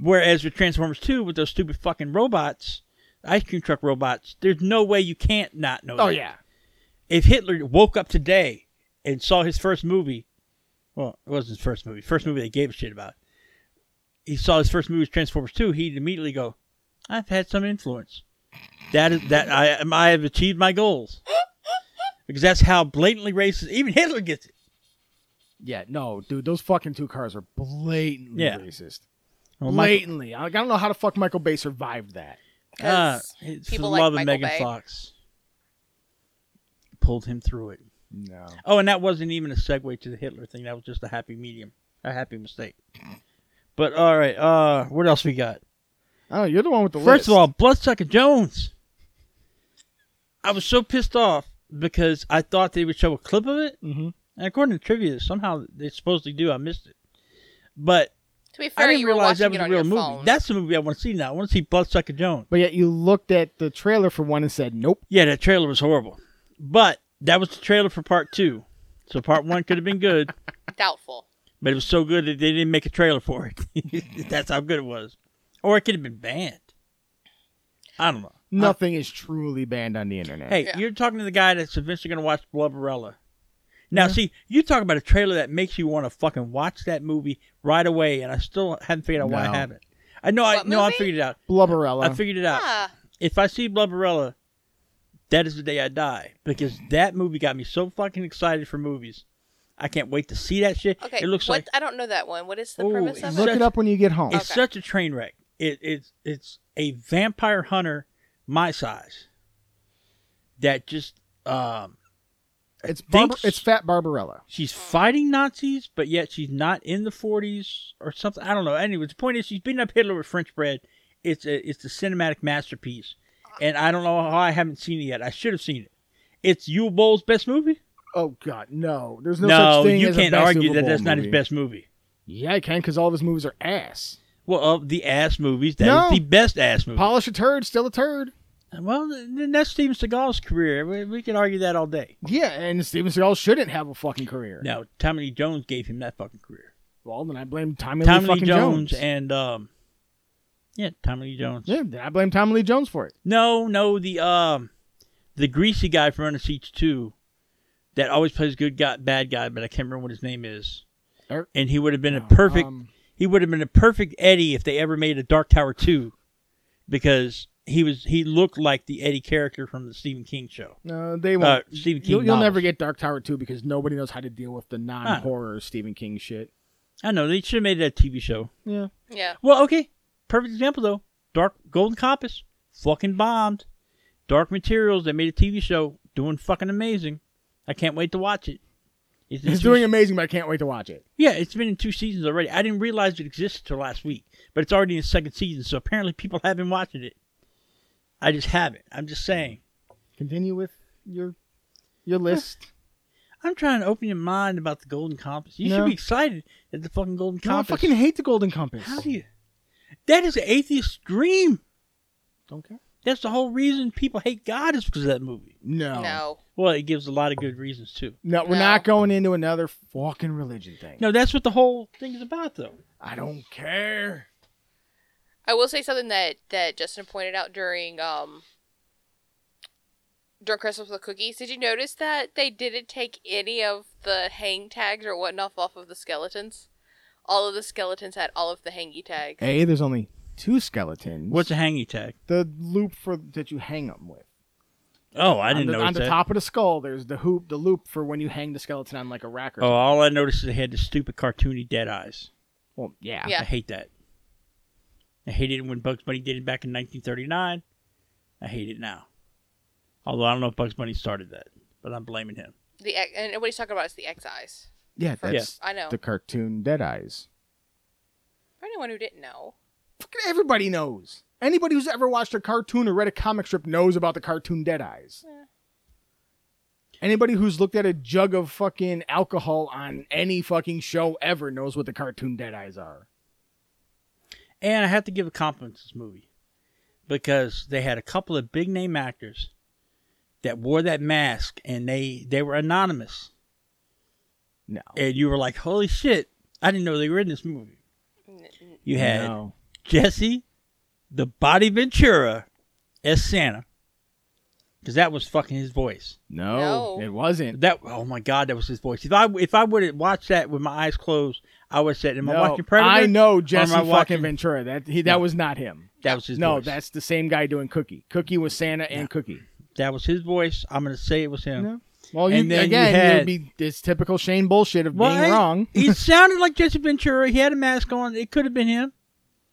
Whereas with Transformers Two, with those stupid fucking robots, ice cream truck robots, there's no way you can't not know. oh that. yeah, If Hitler woke up today and saw his first movie, Well, it wasn't his first movie. First movie they gave a shit about. He saw his first movie was Transformers Two. He'd immediately go, "I've had some influence. That is that I I have achieved my goals." Because that's how blatantly racist. Even Hitler gets it. Yeah, no, dude, those fucking two cars are blatantly Yeah. racist. Well, Michael- blatantly. I, I don't know how the fuck Michael Bay survived that. ah, 'Cause it's the people love like of Michael Megan Bay. Fox pulled him through it. No. Oh, and that wasn't even a segue to the Hitler thing. That was just a happy medium, a happy mistake. But all right, uh, what else we got? Oh, you're the one with the First list. of all, Bloodsucker Jones. I was so pissed off because I thought they would show a clip of it, Mhm. and according to trivia, somehow they supposedly do. I missed it, but To be I fair, didn't you were realize that was watching it a on real your movie. phone. That's the movie I want to see now. I want to see Bloodsucker Jones. but yet you looked at the trailer for one and said, nope. Yeah, that trailer was horrible, but that was the trailer for part two. So part one could have been good. doubtful. but it was so good that they didn't make a trailer for it. That's how good it was. Or it could have been banned. I don't know. Nothing is truly banned on the internet. Hey, Yeah. you're talking to the guy that's eventually going to watch Blubberella. Now, see, you talk about a trailer that makes you want to fucking watch that movie right away, and I still haven't figured out why I No. haven't. I know, I What know, I movie? figured it out. I Blubberella. figured it out. Ah, If I see Blubberella, that is the day I die because that movie got me so fucking excited for movies. I can't wait to see that shit. okay. It looks what, like I don't know that one. What is the Oh, premise it's of Look it? such- it up when you get home. It's Okay. such a train wreck. It, it's it's a vampire hunter my size that just um It's think Barbar- s- it's Fat Barbarella. she's fighting Nazis, but yet she's not in the 40s or something. I don't know. Anyway, the point is she's beating up Hitler with French bread. It's a it's a cinematic masterpiece, and I don't know how I haven't seen it yet. I should have seen it. It's Yule Bowl's best movie. Oh God, no! There's no, No, such thing you as a can't best argue Super that Bowl that's not his movie. best movie. Yeah, I can because all of his movies are ass. Well, of the ass movies, that is No. the best ass movie. Polish a turd, still a turd. Well, then that's Steven Seagal's career. We, we can argue that all day. Yeah, and Steven Seagal shouldn't have a fucking career. Now, Tommy Lee Jones gave him that fucking career. Well, then I blame Tommy, Tommy Lee Lee fucking Jones, and um, yeah, Tommy Lee Jones. yeah, then I blame Tommy Lee Jones for it. No, no, the um, the greasy guy from Under Siege Two, that always plays good guy, bad guy, but I can't remember what his name is. Er- And he would have been a perfect. Um, he would have been a perfect Eddie if they ever made a Dark Tower Two, because he was he looked like the Eddie character from the Stephen King show. no, they won't. Uh, Stephen King you'll, you'll never novels. get Dark Tower two because nobody knows how to deal with the non-horror Stephen King shit. I know they should have made that TV show. Yeah, Yeah. Well, okay. Perfect example though. Dark Golden Compass, fucking bombed. Dark Materials, they made a TV show, doing fucking amazing. I can't wait to watch it. It's, in he's two- doing amazing, but I can't wait to watch it. Yeah, it's been in two seasons already. I didn't realize it existed till last week, but it's already in its second season. So apparently, people have been watching it. I just haven't. I'm just saying. Continue with your your list. I'm trying to open your mind about the Golden Compass. You No. should be excited at the fucking Golden No, I Compass. fucking hate the Golden Compass. How do you? That is an atheist dream. Don't care. That's the whole reason people hate God is because of that movie. No, No. Well, it gives a lot of good reasons too. No, we're No. not going into another fucking religion thing. No, that's what the whole thing is about, though. I don't care. I will say something that that Justin pointed out during um during Christmas with cookies. Did you notice that they didn't take any of the hang tags or whatnot off of the skeletons? All of the skeletons had all of the hangy tags. A, there's only two skeletons. What's a hangy tag? the loop for that you hang them with? Oh, I on didn't the, know on that. the top of the skull. There's the hoop, the loop for when you hang the skeleton on like a rack or. Oh, something. all I noticed is they had the stupid cartoony dead eyes. Well, yeah. Yeah. I hate that. I hated it when Bugs Bunny did it back in 1939. I hate it now. Although I don't know if Bugs Bunny started that, but I'm blaming him. The ex- and what he's talking about is the excise. Yeah, that's I know. the cartoon Dead Eyes. For anyone who didn't know, Fucking everybody knows. Anybody who's ever watched a cartoon or read a comic strip knows about the cartoon Dead Eyes. Anybody who's looked at a jug of fucking alcohol on any fucking show ever knows what the cartoon Dead Eyes are. And I have to give a compliment to this movie because they had a couple of big name actors that wore that mask and they, they were anonymous. No. and you were like, "Holy shit! I didn't know they were in this movie." You had No. Jesse, the Body Ventura, as Santa because that was fucking his voice. No, No. it wasn't. That oh my god, that was his voice. If I if I would have watched that with my eyes closed, I would have said, "Am I No, watching Predator?" I know Jesse Jesse fucking watching- Ventura. That he, that No. was not him. that was his. no, voice. that's the same guy doing Cookie. Cookie was Santa and Cookie. that was his voice. I'm gonna say it was him. No. Well, And you, then you again, had- would be this typical Shane bullshit of Well, hey, being wrong. he sounded like Jesse Ventura. He had a mask on. It could have been him.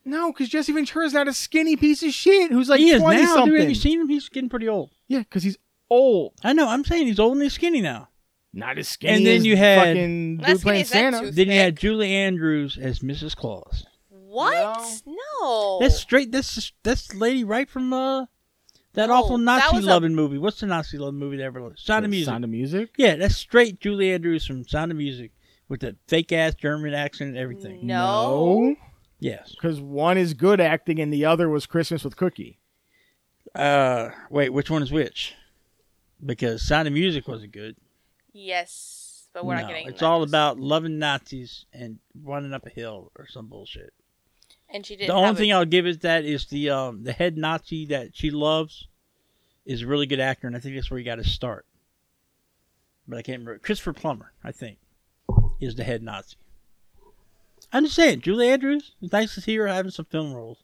No, because Jesse Ventura's not a skinny piece of shit who's like he is twenty now. Dude, have something. you seen him? He's getting pretty old. yeah, because he's old, I know. I'm saying he's old and he's skinny now. not as skinny. And then as you had- fucking Not dude skinny playing as that Santa. tooth. Then you had Thick. Julie Andrews as Mrs. Claus. What? No. That's straight. That's that's the lady right from uh that No, awful Oh, that Nazi was a- loving movie. What's the Nazi loving movie that ever? was? Sound of Music. Sound of music. Yeah, that's straight Julie Andrews from Sound of Music with the fake ass German accent and Mm. everything. No. Yes. because one is good acting and the other was Christmas with Cookie. Uh, wait, which one is which? Because Sound of Music wasn't good. Yes, but we're No, not getting. it's that. all about loving Nazis and running up a hill or some bullshit. And she did. The only thing I'll give is that is the um the head Nazi that she loves is a really good actor, and I think that's where he got his start. But I can't remember. Christopher Plummer, I think, is the head Nazi. I'm just saying, Julie Andrews. It's nice to see her having some film roles.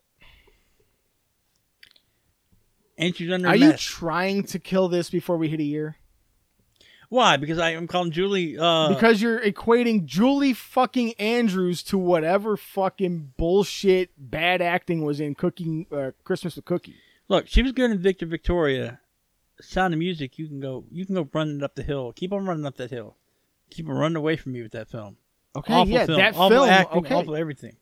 And she's under a Are you mask. trying to kill this before we hit a year? Why? Because I am calling Julie. Uh, because you're equating Julie fucking Andrews to whatever fucking bullshit bad acting was in Cooking uh, Christmas with Cookie. look, she was good in Victor Victoria. Sound of Music. You can go. You can go running up the hill. Keep on running up that hill. Keep on running away from me with that film. Okay, awful yeah, film. that awful film. acting, okay, awful everything.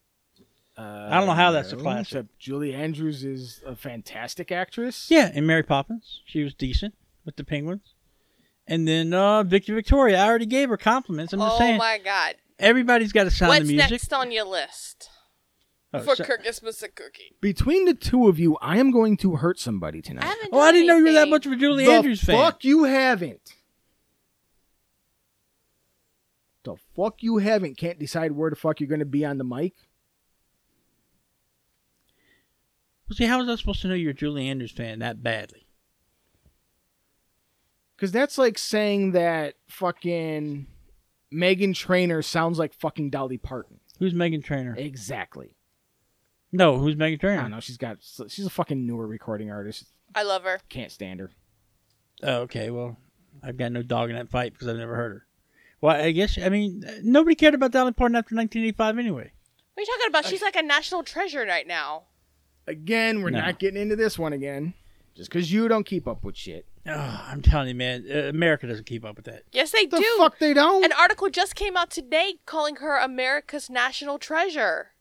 I don't know how that's a Uh, classic. Except Julie Andrews is a fantastic actress. Yeah, and Mary Poppins, she was decent with the Penguins. And then uh, Victor Victoria, I already gave her compliments. I'm just oh saying, my god! everybody's got a sound What's of music. next on your list Oh, for so- Christmas and Cookie? Between the two of you, I am going to hurt somebody I tonight. haven't. oh, I done didn't know you were that anything. much of a Julie the Andrews fan. Fuck you haven't. The fuck you haven't can't decide where the fuck you're gonna be on the mic. Well, See, how was I supposed to know you're a Julie Andrews fan that badly? Cause that's like saying that fucking Megan Trainer sounds like fucking Dolly Parton. Who's Megan Trainor? Exactly. No, who's Megan I don't Trainor? know. She's got she's a fucking newer recording artist. I love her. Can't stand her. Oh, okay, well, I've got no dog in that fight because I've never heard her. Well, I guess I mean nobody cared about Dolly Parton after 1985 anyway. What are you talking about? She's like a national treasure right now. Again, we're No. not getting into this one again. Just cause you don't keep up with shit. Oh, I'm telling you, man, uh, America doesn't keep up with that. Yes, they The do. fuck they don't. An article just came out today calling her America's national treasure.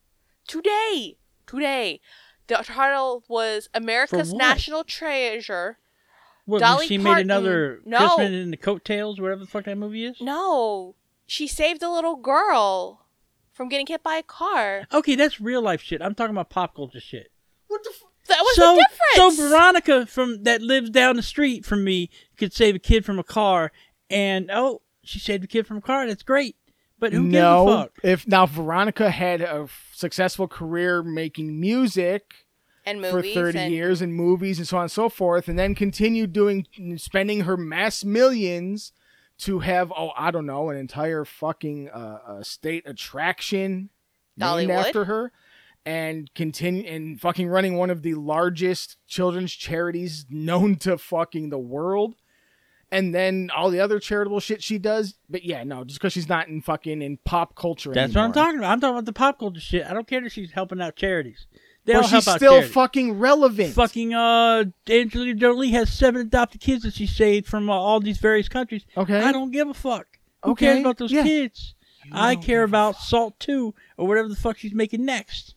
Today, today, the title was America's what? national treasure. What, Dolly she made Parton- another No. Christmas in the Coattails, whatever the fuck that movie is? No, she saved a little girl from getting hit by a car. Okay, that's real life shit. I'm talking about pop culture shit. what the fuck? That was so, the difference. So Veronica from that lives down the street from me could save a kid from a car, and oh, she saved a kid from a car. That's great, but who gives a no. fuck? If now Veronica had a f- successful career making music and for movies 30 and- years and movies and so on and so forth and then continued doing spending her mass millions to have oh I don't know an entire fucking uh, uh, state attraction named Dollywood? after her and continue and fucking running one of the largest children's charities known to fucking the world and then all the other charitable shit she does but yeah no just because she's not in fucking in pop culture That's what I'm anymore. talking about. I'm talking about the pop culture shit. I don't care that she's helping out charities. They but all help she's out still charities. fucking relevant Fucking uh, Angelina Jolie has seven adopted kids that she saved from uh, all these various countries. okay I don't give a fuck. Who cares Okay, about those yeah. kids? I care about Salt 2 or whatever the fuck she's making next.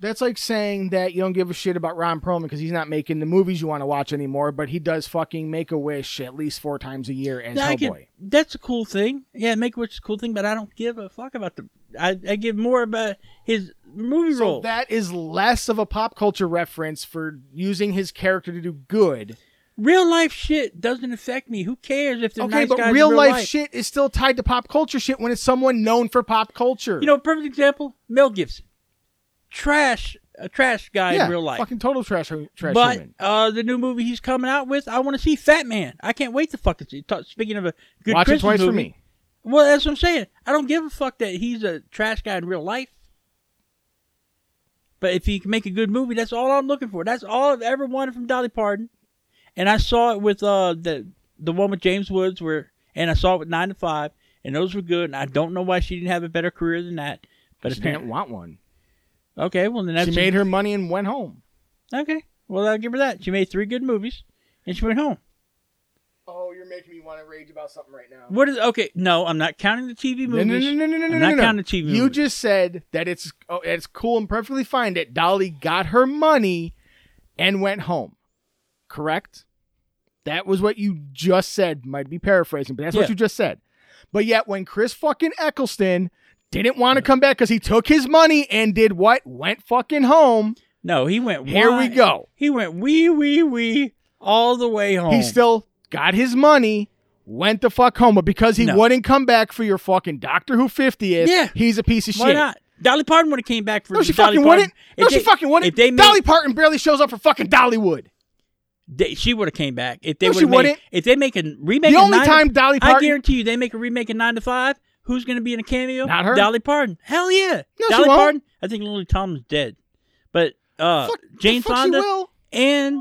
That's like saying that you don't give a shit about Ron Perlman because he's not making the movies you want to watch anymore, but he does fucking Make a Wish at least four times a year as Now, I can- Hellboy. that's a cool thing. Yeah, Make a Wish is a cool thing, but I don't give a fuck about the. I, I give more about his movie So role. that is less of a pop culture reference for using his character to do good. real life shit doesn't affect me. Who cares if they're okay, nice but guys in real, life, life shit is still tied to pop culture shit when it's someone known for pop culture. You know, perfect example Mel Gibson. Trash a trash guy yeah, in real life. Fucking total trash, ho- trash but human. uh, the new movie he's coming out with, I want to see Fat Man. I can't wait to fucking see. T- speaking of a good Watch Christmas it twice movie, for me. Well, that's what I'm saying. I don't give a fuck that he's a trash guy in real life. But if he can make a good movie, that's all I'm looking for. That's all I've ever wanted from Dolly Parton. And I saw it with uh the the one with James Woods where and I saw it with nine to five and those were good and I don't know why she didn't have a better career than that. But she didn't apparently want one. Okay, well then that's She made her money and went home. Okay. Well I'll give her that. She made three good movies and she went home. Oh, you're making me want to rage about something right now. What is okay, no, I'm not counting the T V No, movies. no, no, no, no, no, I'm no, not no. counting the TV You movies. just said that it's oh, it's cool and perfectly fine that Dolly got her money and went home. Correct? That was what you just said. Might be paraphrasing, but that's Yeah. what you just said. But yet, when Chris fucking Eccleston didn't want to come back because he took his money and did what? Went fucking home. No, he went. Here we wide- go. He went wee wee wee all the way home. He still got his money, went the fuck home. But because he No. wouldn't come back for your fucking Doctor Who 50th, Yeah. he's a piece of why shit. not? Dolly Parton would have came back for No, she Dolly fucking Parton. wouldn't. No, If she they- fucking wouldn't. If they made, Dolly Parton barely shows up for fucking Dollywood. they- she would have came back. If they No, would she have made, wouldn't. If they make a remake, the of only nine, time Dolly I Parton. guarantee you, they make a remake of Nine to Five. Who's going to be in a cameo? Not her. Dolly Parton. Hell yeah. No, she Dolly won't. Parton. I think Lily Tomlin's dead, but uh, fuck, Jane the fuck Fonda She will. and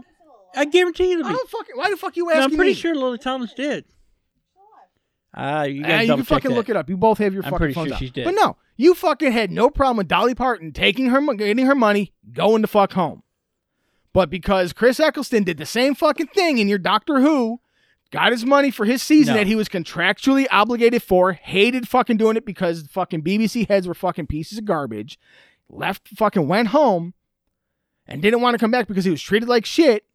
I guarantee you, it'll I be. don't fucking. Why the fuck you No, asking I'm pretty me? sure Lily Tomlin's dead. Ah, you, Ah, gotta you can double check fucking that. look it up. You both have your I'm fucking pretty phones sure out. she's dead. But no, you fucking had no problem with Dolly Parton taking her, mon- getting her money, going the fuck home. But because Chris Eccleston did the same fucking thing in your Doctor Who, got his money for his season No. that he was contractually obligated for, hated fucking doing it because fucking BBC heads were fucking pieces of garbage, left fucking went home, and didn't want to come back because he was treated like shit.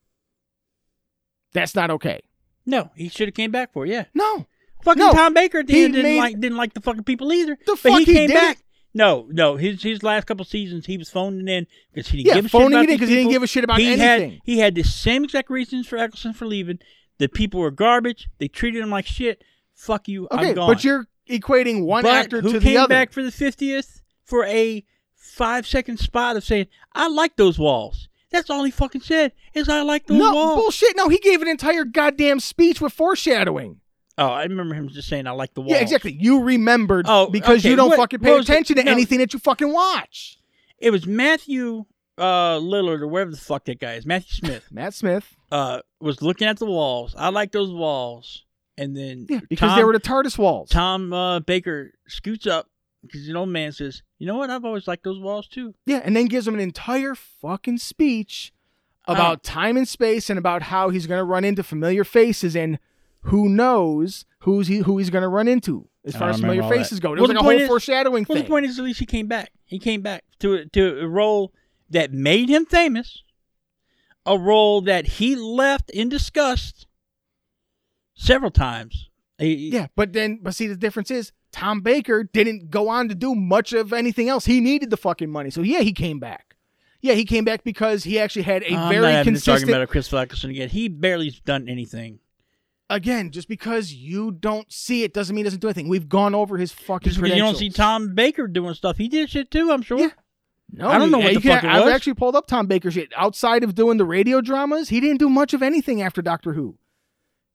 That's not okay. No, he should have came back for it, yeah. No. Fucking No, Tom Baker at the he end didn't made- like didn't like the fucking people either. The but fuck he he came did? back. No, no, his his last couple seasons he was phoning in because he didn't Yeah, give a shit phoning it about in because 'cause he didn't give a shit about he Had, anything. he had the same exact reasons for Eccleston for leaving. The people were garbage. They treated him like shit. Fuck you. Okay, I'm gone. but you're equating one But actor who to came the other. back for the fiftieth for a five second spot of saying I like those walls. That's all he fucking said is I like those no walls. bullshit. No, he gave an entire goddamn speech with foreshadowing. Oh, I remember him just saying I like the walls. Yeah, exactly. You remembered Oh, because okay, you don't what- fucking what pay was it? attention to No. anything that you fucking watch. it was Matthew uh, Lillard or whatever the fuck that guy is, Matthew Smith, Matt Smith. uh, was looking at the walls. I like those walls. And then Yeah, because Tom, they were the TARDIS walls. Tom uh, Baker scoots up because an old man says, "You know what? I've always liked those walls too." yeah, and then gives him an entire fucking speech Uh, about time and space and about how he's going to run into familiar faces and who knows who's he, who he's going to run into as I far don't as familiar remember all faces that. go. There Well, was the like a point whole is- foreshadowing Well, thing. the point is, at least he came back. He came back to to a role that made him famous, a role that he left in disgust several times. He- Yeah, but then, but see, the difference is Tom Baker didn't go on to do much of anyththing else. He needed the fucking money, so yeah, he came back. Yeah, he came back because he actually had a I'm not very having this argument consistent. about Chris Eccleston again. He barely's done anything. Again, just because you don't see it doesn't mean it doesn't do anything. We've gone over his fucking. Just because you don't see credentials. Tom Baker doing stuff, he did shit too. I'm sure. Yeah. No, I don't know what you the can't- fuck it I've was. actually pulled up Tom Baker shit outside of doing the radio dramas. He didn't do much of anything after Doctor Who.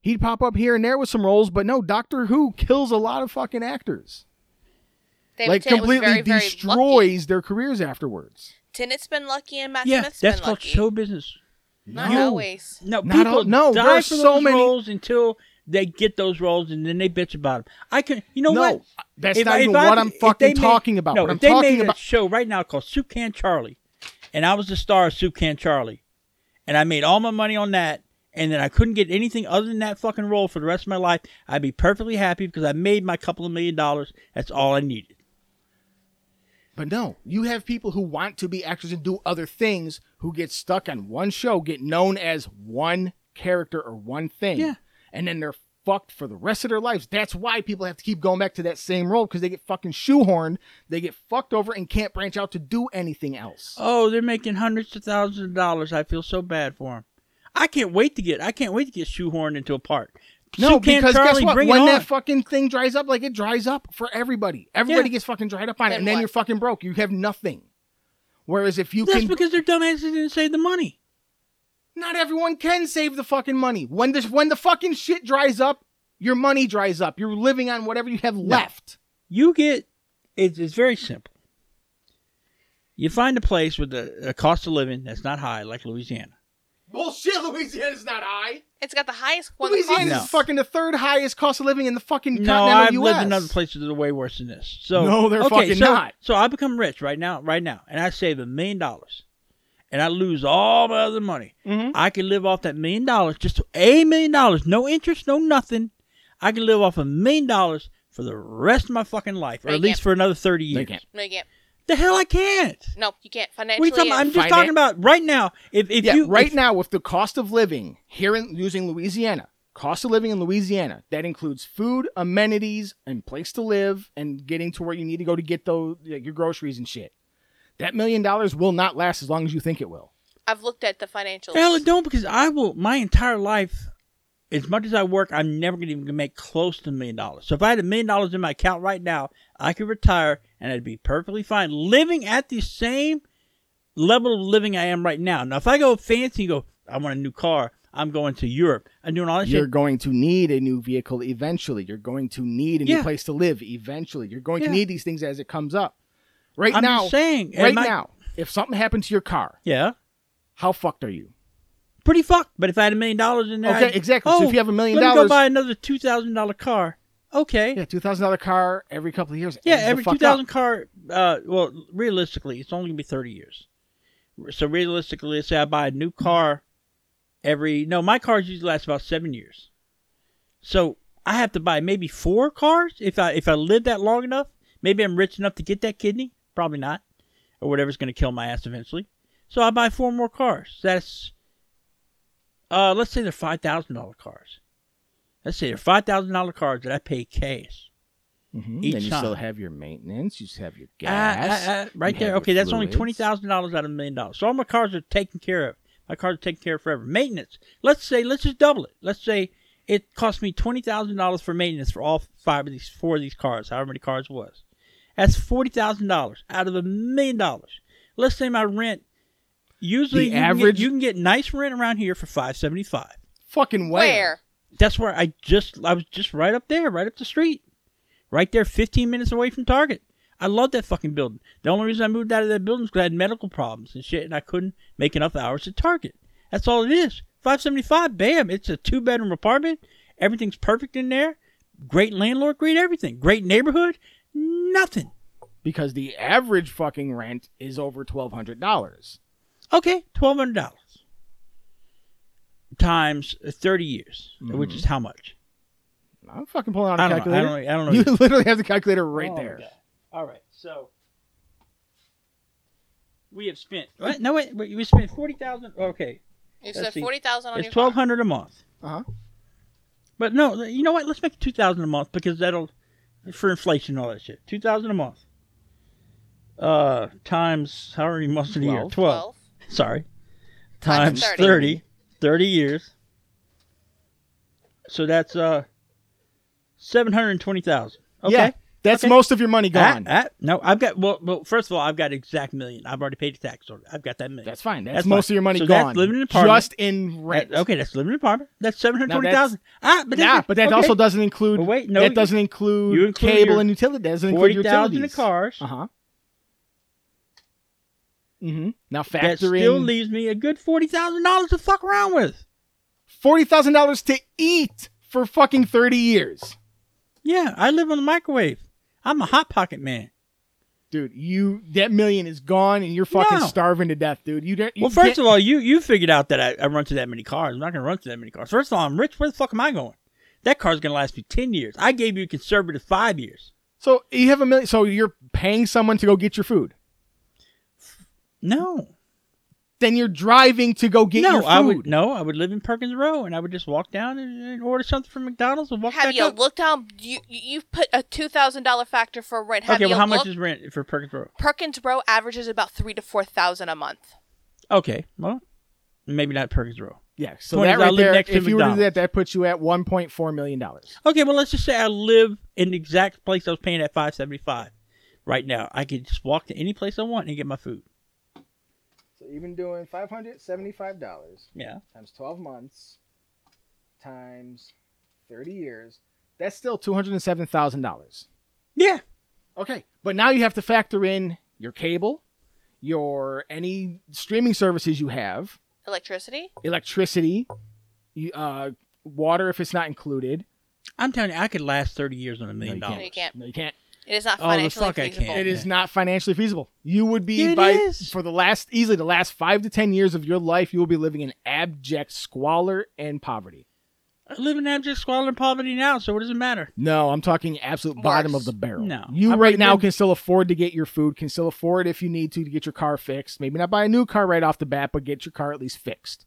He'd pop up here and there with some roles, but no, Doctor Who kills a lot of fucking actors. David like Tennant was completely very, very destroys lucky. their careers afterwards. Tennant's been lucky and Matt yeah, Smith's that's been called lucky. show business. Not No. always. No, Not people all- no, die there are for so those many- roles until they get those roles, and then they bitch about them. I can, you know no, what? that's If not I- even if I- what I'm if fucking they made- talking about. No, what if I'm they talking made about. a show right now called Soup Can Charlie, and I was the star of Soup Can Charlie, and I made all my money on that, and then I couldn't get anything other than that fucking role for the rest of my life, I'd be perfectly happy because I made my couple of million dollars. That's all I needed. But no, you have people who want to be actors and do other things who get stuck on one show, get known as one character or one thing. Yeah. And then they're fucked for the rest of their lives. That's why people have to keep going back to that same role because they get fucking shoehorned, they get fucked over and can't branch out to do anything else. Oh, they're making hundreds of thousands of dollars. I feel so bad for them. I can't wait to get. I can't wait to get shoehorned into a part. No, Soup Can because Charlie, guess what? Bring When it that on. fucking thing dries up, like it dries up for everybody. Everybody Yeah. gets fucking dried up on Then it, and then what? you're fucking broke. You have nothing. Whereas if you That's can, because their dumbasses didn't save the money. not everyone can save the fucking money. When this, when the fucking shit dries up, your money dries up. You're living on whatever you have left. You get it's, it's very simple. You find a place with a, a cost of living that's not high, like Louisiana. Bullshit. Louisiana's not high. It's got the highest one. Louisiana's No. fucking the third highest cost of living in the fucking No, continental I've U.S. lived in other places that are way worse than this. So No, they're okay, fucking so, not. So I become rich right now, right now, and I save a million dollars, and I lose all my other money. Mhm. I can live off that million dollars, just a million dollars, no interest, no nothing. I can live off a million dollars for the rest of my fucking life, or No, at you least can't. for another thirty No, you years. can't. No, you can't. The hell, I can't. No, you can't. What are Financially, you talking about? I'm it's- just Finan- talking about right now. If if yeah, you right if- now with the cost of living here in using Louisiana, cost of living in Louisiana, that includes food, amenities, and place to live, and getting to where you need to go to get those like, your groceries and shit. That million dollars will not last as long as you think it will. I've looked at the financials. Hell, it don't because I will my entire life, as much as I work, I'm never gonna even make close to a million dollars. So if I had a million dollars in my account right now, I could retire and I'd be perfectly fine living at the same level of living I am right now. Now if I go fancy and go, I want a new car, I'm going to Europe, I'm doing all this You're shit. going to need a new vehicle eventually. You're going to need a new Yeah. place to live eventually. You're going Yeah. to need these things as it comes up. Right I'm now, just saying right am I- now, if something happened to your car, Yeah. how fucked are you? Pretty fucked, but if I had a million dollars in there, Okay, I'd- exactly. So if oh, you have a million let me dollars- go buy another two thousand dollar car. Okay, Yeah, two thousand dollar car every couple of years. Yeah, adds the every fuck two up. thousand car. Uh, well, realistically, it's only gonna be thirty years. So realistically, let's say I buy a new car every. No, my cars usually last about seven years. So I have to buy maybe four cars if I if I live that long enough. Maybe I'm rich enough to get that kidney. Probably not, or whatever's gonna kill my ass eventually. So I buy four more cars. That's uh, let's say they're five thousand dollar cars. Let's say they're five thousand dollar cars that I pay cash. Mm-hmm. each and you still time. have your maintenance. You still have your Ah, gas. ah, ah, right you there. have your Okay, that's only fluids. twenty thousand dollars out of a million dollars. So all my cars are taken care of. My cars are taken care of forever. Maintenance. Let's say let's just double it. Let's say it cost me twenty thousand dollars for maintenance for all five of these four of these cars, however many cars it was. That's forty thousand dollars out of a million dollars. Let's say my rent usually The you can get- average- you can get nice rent around here for five seventy five. Fucking where? Where? That's where I just I was just right up there, right up the street. Right there, fifteen minutes away from Target. I love that fucking building. The only reason I moved out of that building is because I had medical problems and shit and I couldn't make enough hours at Target. That's all it is. Five seventy five, bam, it's a two bedroom apartment. Everything's perfect in there. Great landlord, great everything. Great neighborhood, nothing. Because the average fucking rent is over twelve hundred dollars. Okay, twelve hundred dollars times thirty years, which is how much? I'm fucking pulling out a I don't know, I calculator. don't know- I don't know You either. literally have the calculator right Oh, there. okay. All right, so we have spent. What? No, wait, wait, we spent forty thousand. Okay, You Let's said see. forty thousand on it's your car. twelve hundred a month. Uh huh. But no, you know what? Let's make it two thousand a month because that'll for inflation and all that shit. Two thousand a month. Uh, times however many months in a year. Twelve. Twelve. Twelve. Sorry. Times Times 30. 30. 30. years. So that's uh seven hundred twenty thousand. Okay. Yeah, that's Okay. most of your money Ah, gone. ah, no, I've got well, well. First of all, I've got exact million. I've already paid the tax on it. I've got that million. that's fine. That's, That's most fine. of your money So that's gone. living in an apartment. just in rent. That- okay, that's living in an apartment. That's seven hundred Now twenty thousand. Ah, but that's Yeah, but that okay. also doesn't include. Well, wait, no, that you- doesn't include, you include cable your and utility. That doesn't include forty thousand in utilities. cars. Uh huh. Mm-hmm. Now That factor still in leaves me a good forty thousand dollars to fuck around with. forty thousand dollars to eat for fucking thirty years, Yeah, I live on the microwave. I'm a hot pocket man. dude. You that million is gone, and you're fucking No. starving to death, dude. You don't. You Well, first of all, you you figured out that I, I run through that many cars. I'm not gonna run through that many cars. First of all, I'm rich. Where the fuck am I going? That car's gonna last me ten years. I gave you a conservative five years. so you have a million. So you're paying someone to go get your food. No, Then you're driving to go get no, your food. I would no, I would live in Perkins Row, and I would just walk down and, and order something from McDonald's and walk Have back you up. looked on? You you- you've put a two thousand dollar factor for rent. Have okay, you well, how much looked? is rent for Perkins Row? Perkins Row averages about three to four thousand a month. Okay, well, maybe not Perkins Row. Yeah. So Point that is, I right live there, next to if you were to do that, McDonald's. that puts you at one point four million dollars. Okay, well, let's just say I live in the exact place I was paying at five seventy five. Right now, I could just walk to any place I want and get my food. So you've been doing five hundred seventy-five dollars Yeah. times twelve months times thirty years. That's still two hundred and seven thousand dollars. Yeah. Okay, but now you have to factor in your cable, your any streaming services you have, Electricity? electricity, you- uh, water if it's not included. I'm telling you, I could last 30 years on a million No, dollars. you can't. No, you can't. It is not Oh, the financially fuck I feasible. can't. It is not financially feasible. You would be It by is. for the last easily the last five to ten years of your life, you will be living in abject squalor and poverty. I live in abject squalor and poverty now, so what does it matter? No, I'm talking absolute bottom Worse. of the barrel. No. you I've already right now been- can still afford to get your food, can still afford if you need to to get your car fixed. Maybe not buy a new car right off the bat, but get your car at least fixed.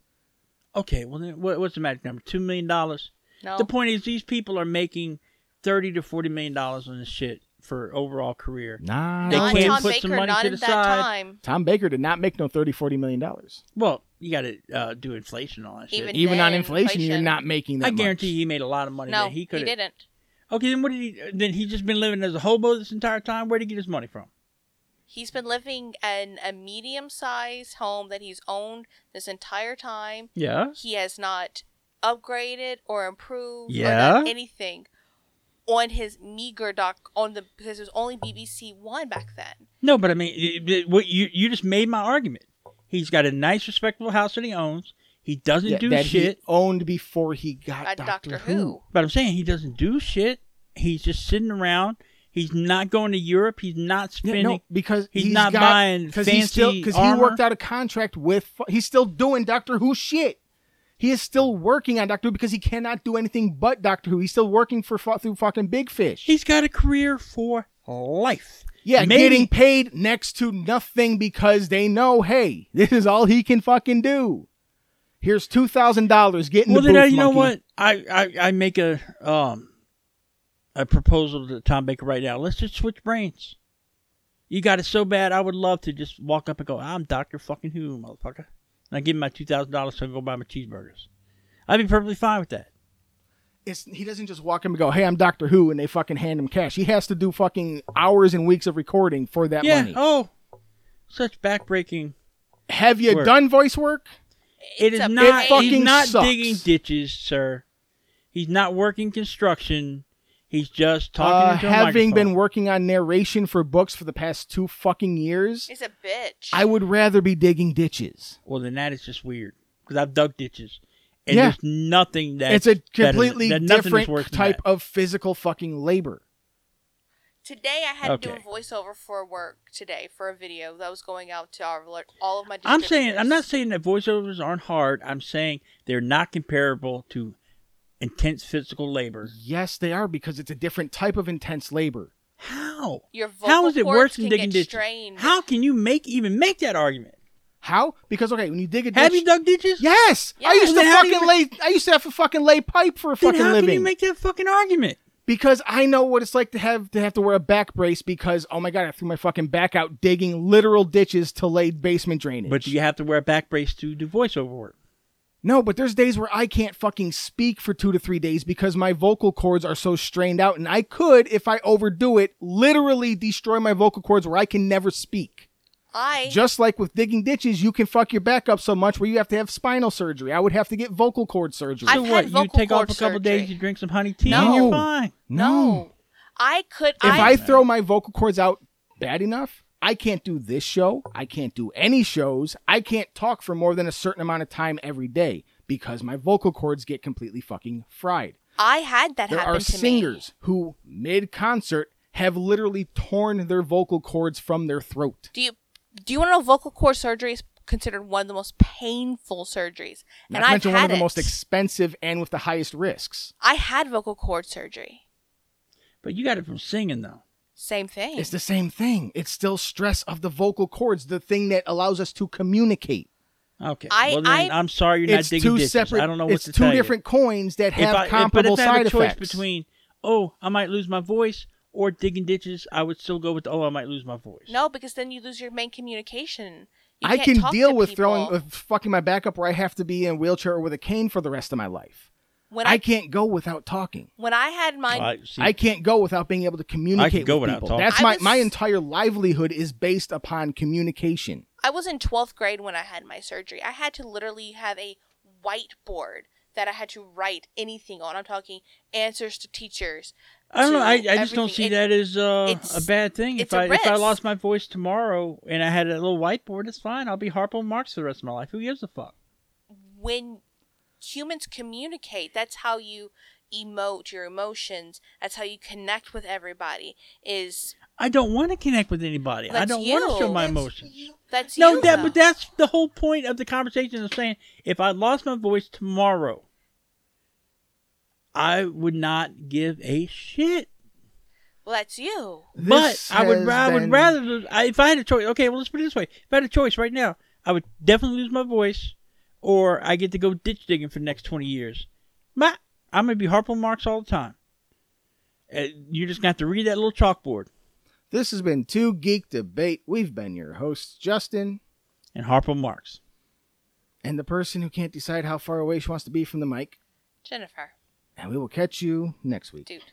Okay, well then, what, what's the magic number? Two million dollars. No. The point is, these people are making 30 to 40 million dollars on this shit for overall career. Nah, They not can't Tom put Baker, some money not to in the that side. time. Tom Baker did not make no 30, 40 million dollars. Well, you got to uh, do inflation and all that Even shit. Even on then, inflation, you're inflation. not making that. I guarantee much. he made a lot of money. No, that he he, could. didn't. Okay, then what did he? Then he just been living as a hobo this entire time. Where did he get his money from? He's been living in a medium-sized home that he's owned this entire time. Yeah. He has not upgraded or improved Yeah? or done anything on his meager doc on the because it was only BBC One back then. No, but I mean, it- it- what you you just made my argument. He's got a nice, respectable house that he owns. He doesn't Yeah, do that he shit. owned before he got By Doctor, Doctor Who. Who. But I'm saying he doesn't do shit. He's just sitting around. He's not going to Europe. He's not Yeah, spending. no, because he's not got- buying he's still, fancy he armor. worked out a contract with. He's still doing Doctor Who shit. He is still working on Doctor Who because he cannot do anything but Doctor Who. He's still working for fu- through fucking Big Fish. He's got a career for life. yeah, Maybe- getting paid next to nothing because they know, hey, this is all he can fucking do. Here's two thousand dollars. Get in Well, the booth, then I, you know monkey. what? I, I I make a um a proposal to Tom Baker right now. Let's just switch brains. You got it so bad. I would love to just walk up and go. I'm Doctor Fucking Who, motherfucker. And I give him my two thousand dollars so I can go buy my cheeseburgers. I'd be perfectly fine with that. It's, he doesn't just walk in and go, "Hey, I'm Doctor Who," and they fucking hand him cash. He has to do fucking hours and weeks of recording for that yeah. money. Oh, such backbreaking. Have you Work. done voice work? It It's is a not. pain. It fucking he's not sucks. digging ditches, sir. He's not working construction. He's just talking Uh, into a having microphone. been working on narration for books for the past two fucking years, He's a bitch. I would rather be digging ditches. Well, then that is just weird because I've dug ditches and Yeah. there's nothing that it's a completely worth different than type that. of physical fucking labor. Today I had to do Okay. a voiceover for work today for a video that was going out to our, all of my. I'm saying I'm not distributors. saying that voiceovers aren't hard. I'm saying they're not comparable to intense physical labor. Yes, they are because it's a different type of intense labor. How? Your How vocal is it cords worse than can digging get ditches? strained. How can you make even make that argument? How? Because okay, when you dig a ditch, Have you dug ditches? yes, I Yeah. used to Then how do you fucking lay. I used to have to fucking lay pipe for a Then fucking how living. can you make that fucking argument? because I know what it's like to have to have to wear a back brace because oh my god, I threw my fucking back out digging literal ditches to lay basement drainage. But do you have to wear a back brace to do voiceover work? No, but there's days where I can't fucking speak for two to three days because my vocal cords are so strained out, and I could, if I overdo it, literally destroy my vocal cords where I can never speak. I Just like with digging ditches, you can fuck your back up so much where you have to have spinal surgery. I would have to get vocal cord surgery. I've so had what? You vocal take off a cord couple days, surgery. you drink some honey tea, No. and you're fine. no. I could. If I, I throw my vocal cords out bad enough, I can't do this show. I can't do any shows. I can't talk for more than a certain amount of time every day because my vocal cords get completely fucking fried. I had that there happen are to me. singers who mid concert have literally torn their vocal cords from their throat. Do you do you want to know vocal cord surgery is considered one of the most painful surgeries? Not and to I've mention had one of the it. most expensive and with the highest risks. I had vocal cord surgery. But you got it from singing though. Same thing. It's the same thing. It's still stress of the vocal cords, the thing that allows us to communicate. Okay. I- well, then I- I'm sorry you're it's not digging two ditches. separate. I don't know what it's to two tell you. different coins that If have I- if- comparable but if I had side a choice effects. between oh I might lose my voice or digging ditches, I would still go with oh I might lose my voice. no, because then you lose your main communication. You I can't can talk deal to with people. throwing, with fucking my back up where I have to be in a wheelchair or with a cane for the rest of my life. when I I, can't go without talking. when I had mine, I, see, I can't go without being able to communicate go with without people. talking. That's I my was- my entire livelihood is based upon communication. I was in 12th grade when I had my surgery. I had to literally have a whiteboard that I had to write anything on. I'm talking answers to teachers. I don't know. to I, I just don't everything. see It- that as uh, it's- a bad thing. If it's a I if I risk. lost my voice tomorrow and I had a little whiteboard, it's fine. I'll be Harpo Marx for the rest of my life. Who gives a fuck? when humans communicate, that's how you emote your emotions. That's how you connect with everybody. Is I don't want to connect with anybody. I That's don't want to you. show my That's emotions. that's No, you, that though. but that's the whole point of the conversation of saying if I lost my voice tomorrow, I would not give a shit. well, that's you. This but I would has I would been- rather I, if I had a choice. Okay, well let's put it this way: if I had a choice right now, I would definitely lose my voice, or I get to go ditch digging for the next twenty years. My I'm gonna be Harpo Marx all the time. Uh, you just got to read that little chalkboard. This has been Two Geek Debate. We've been your hosts, Justin, And Harpo Marx. and the person who can't decide how far away she wants to be from the mic. Jennifer, And we will catch you next week. dude.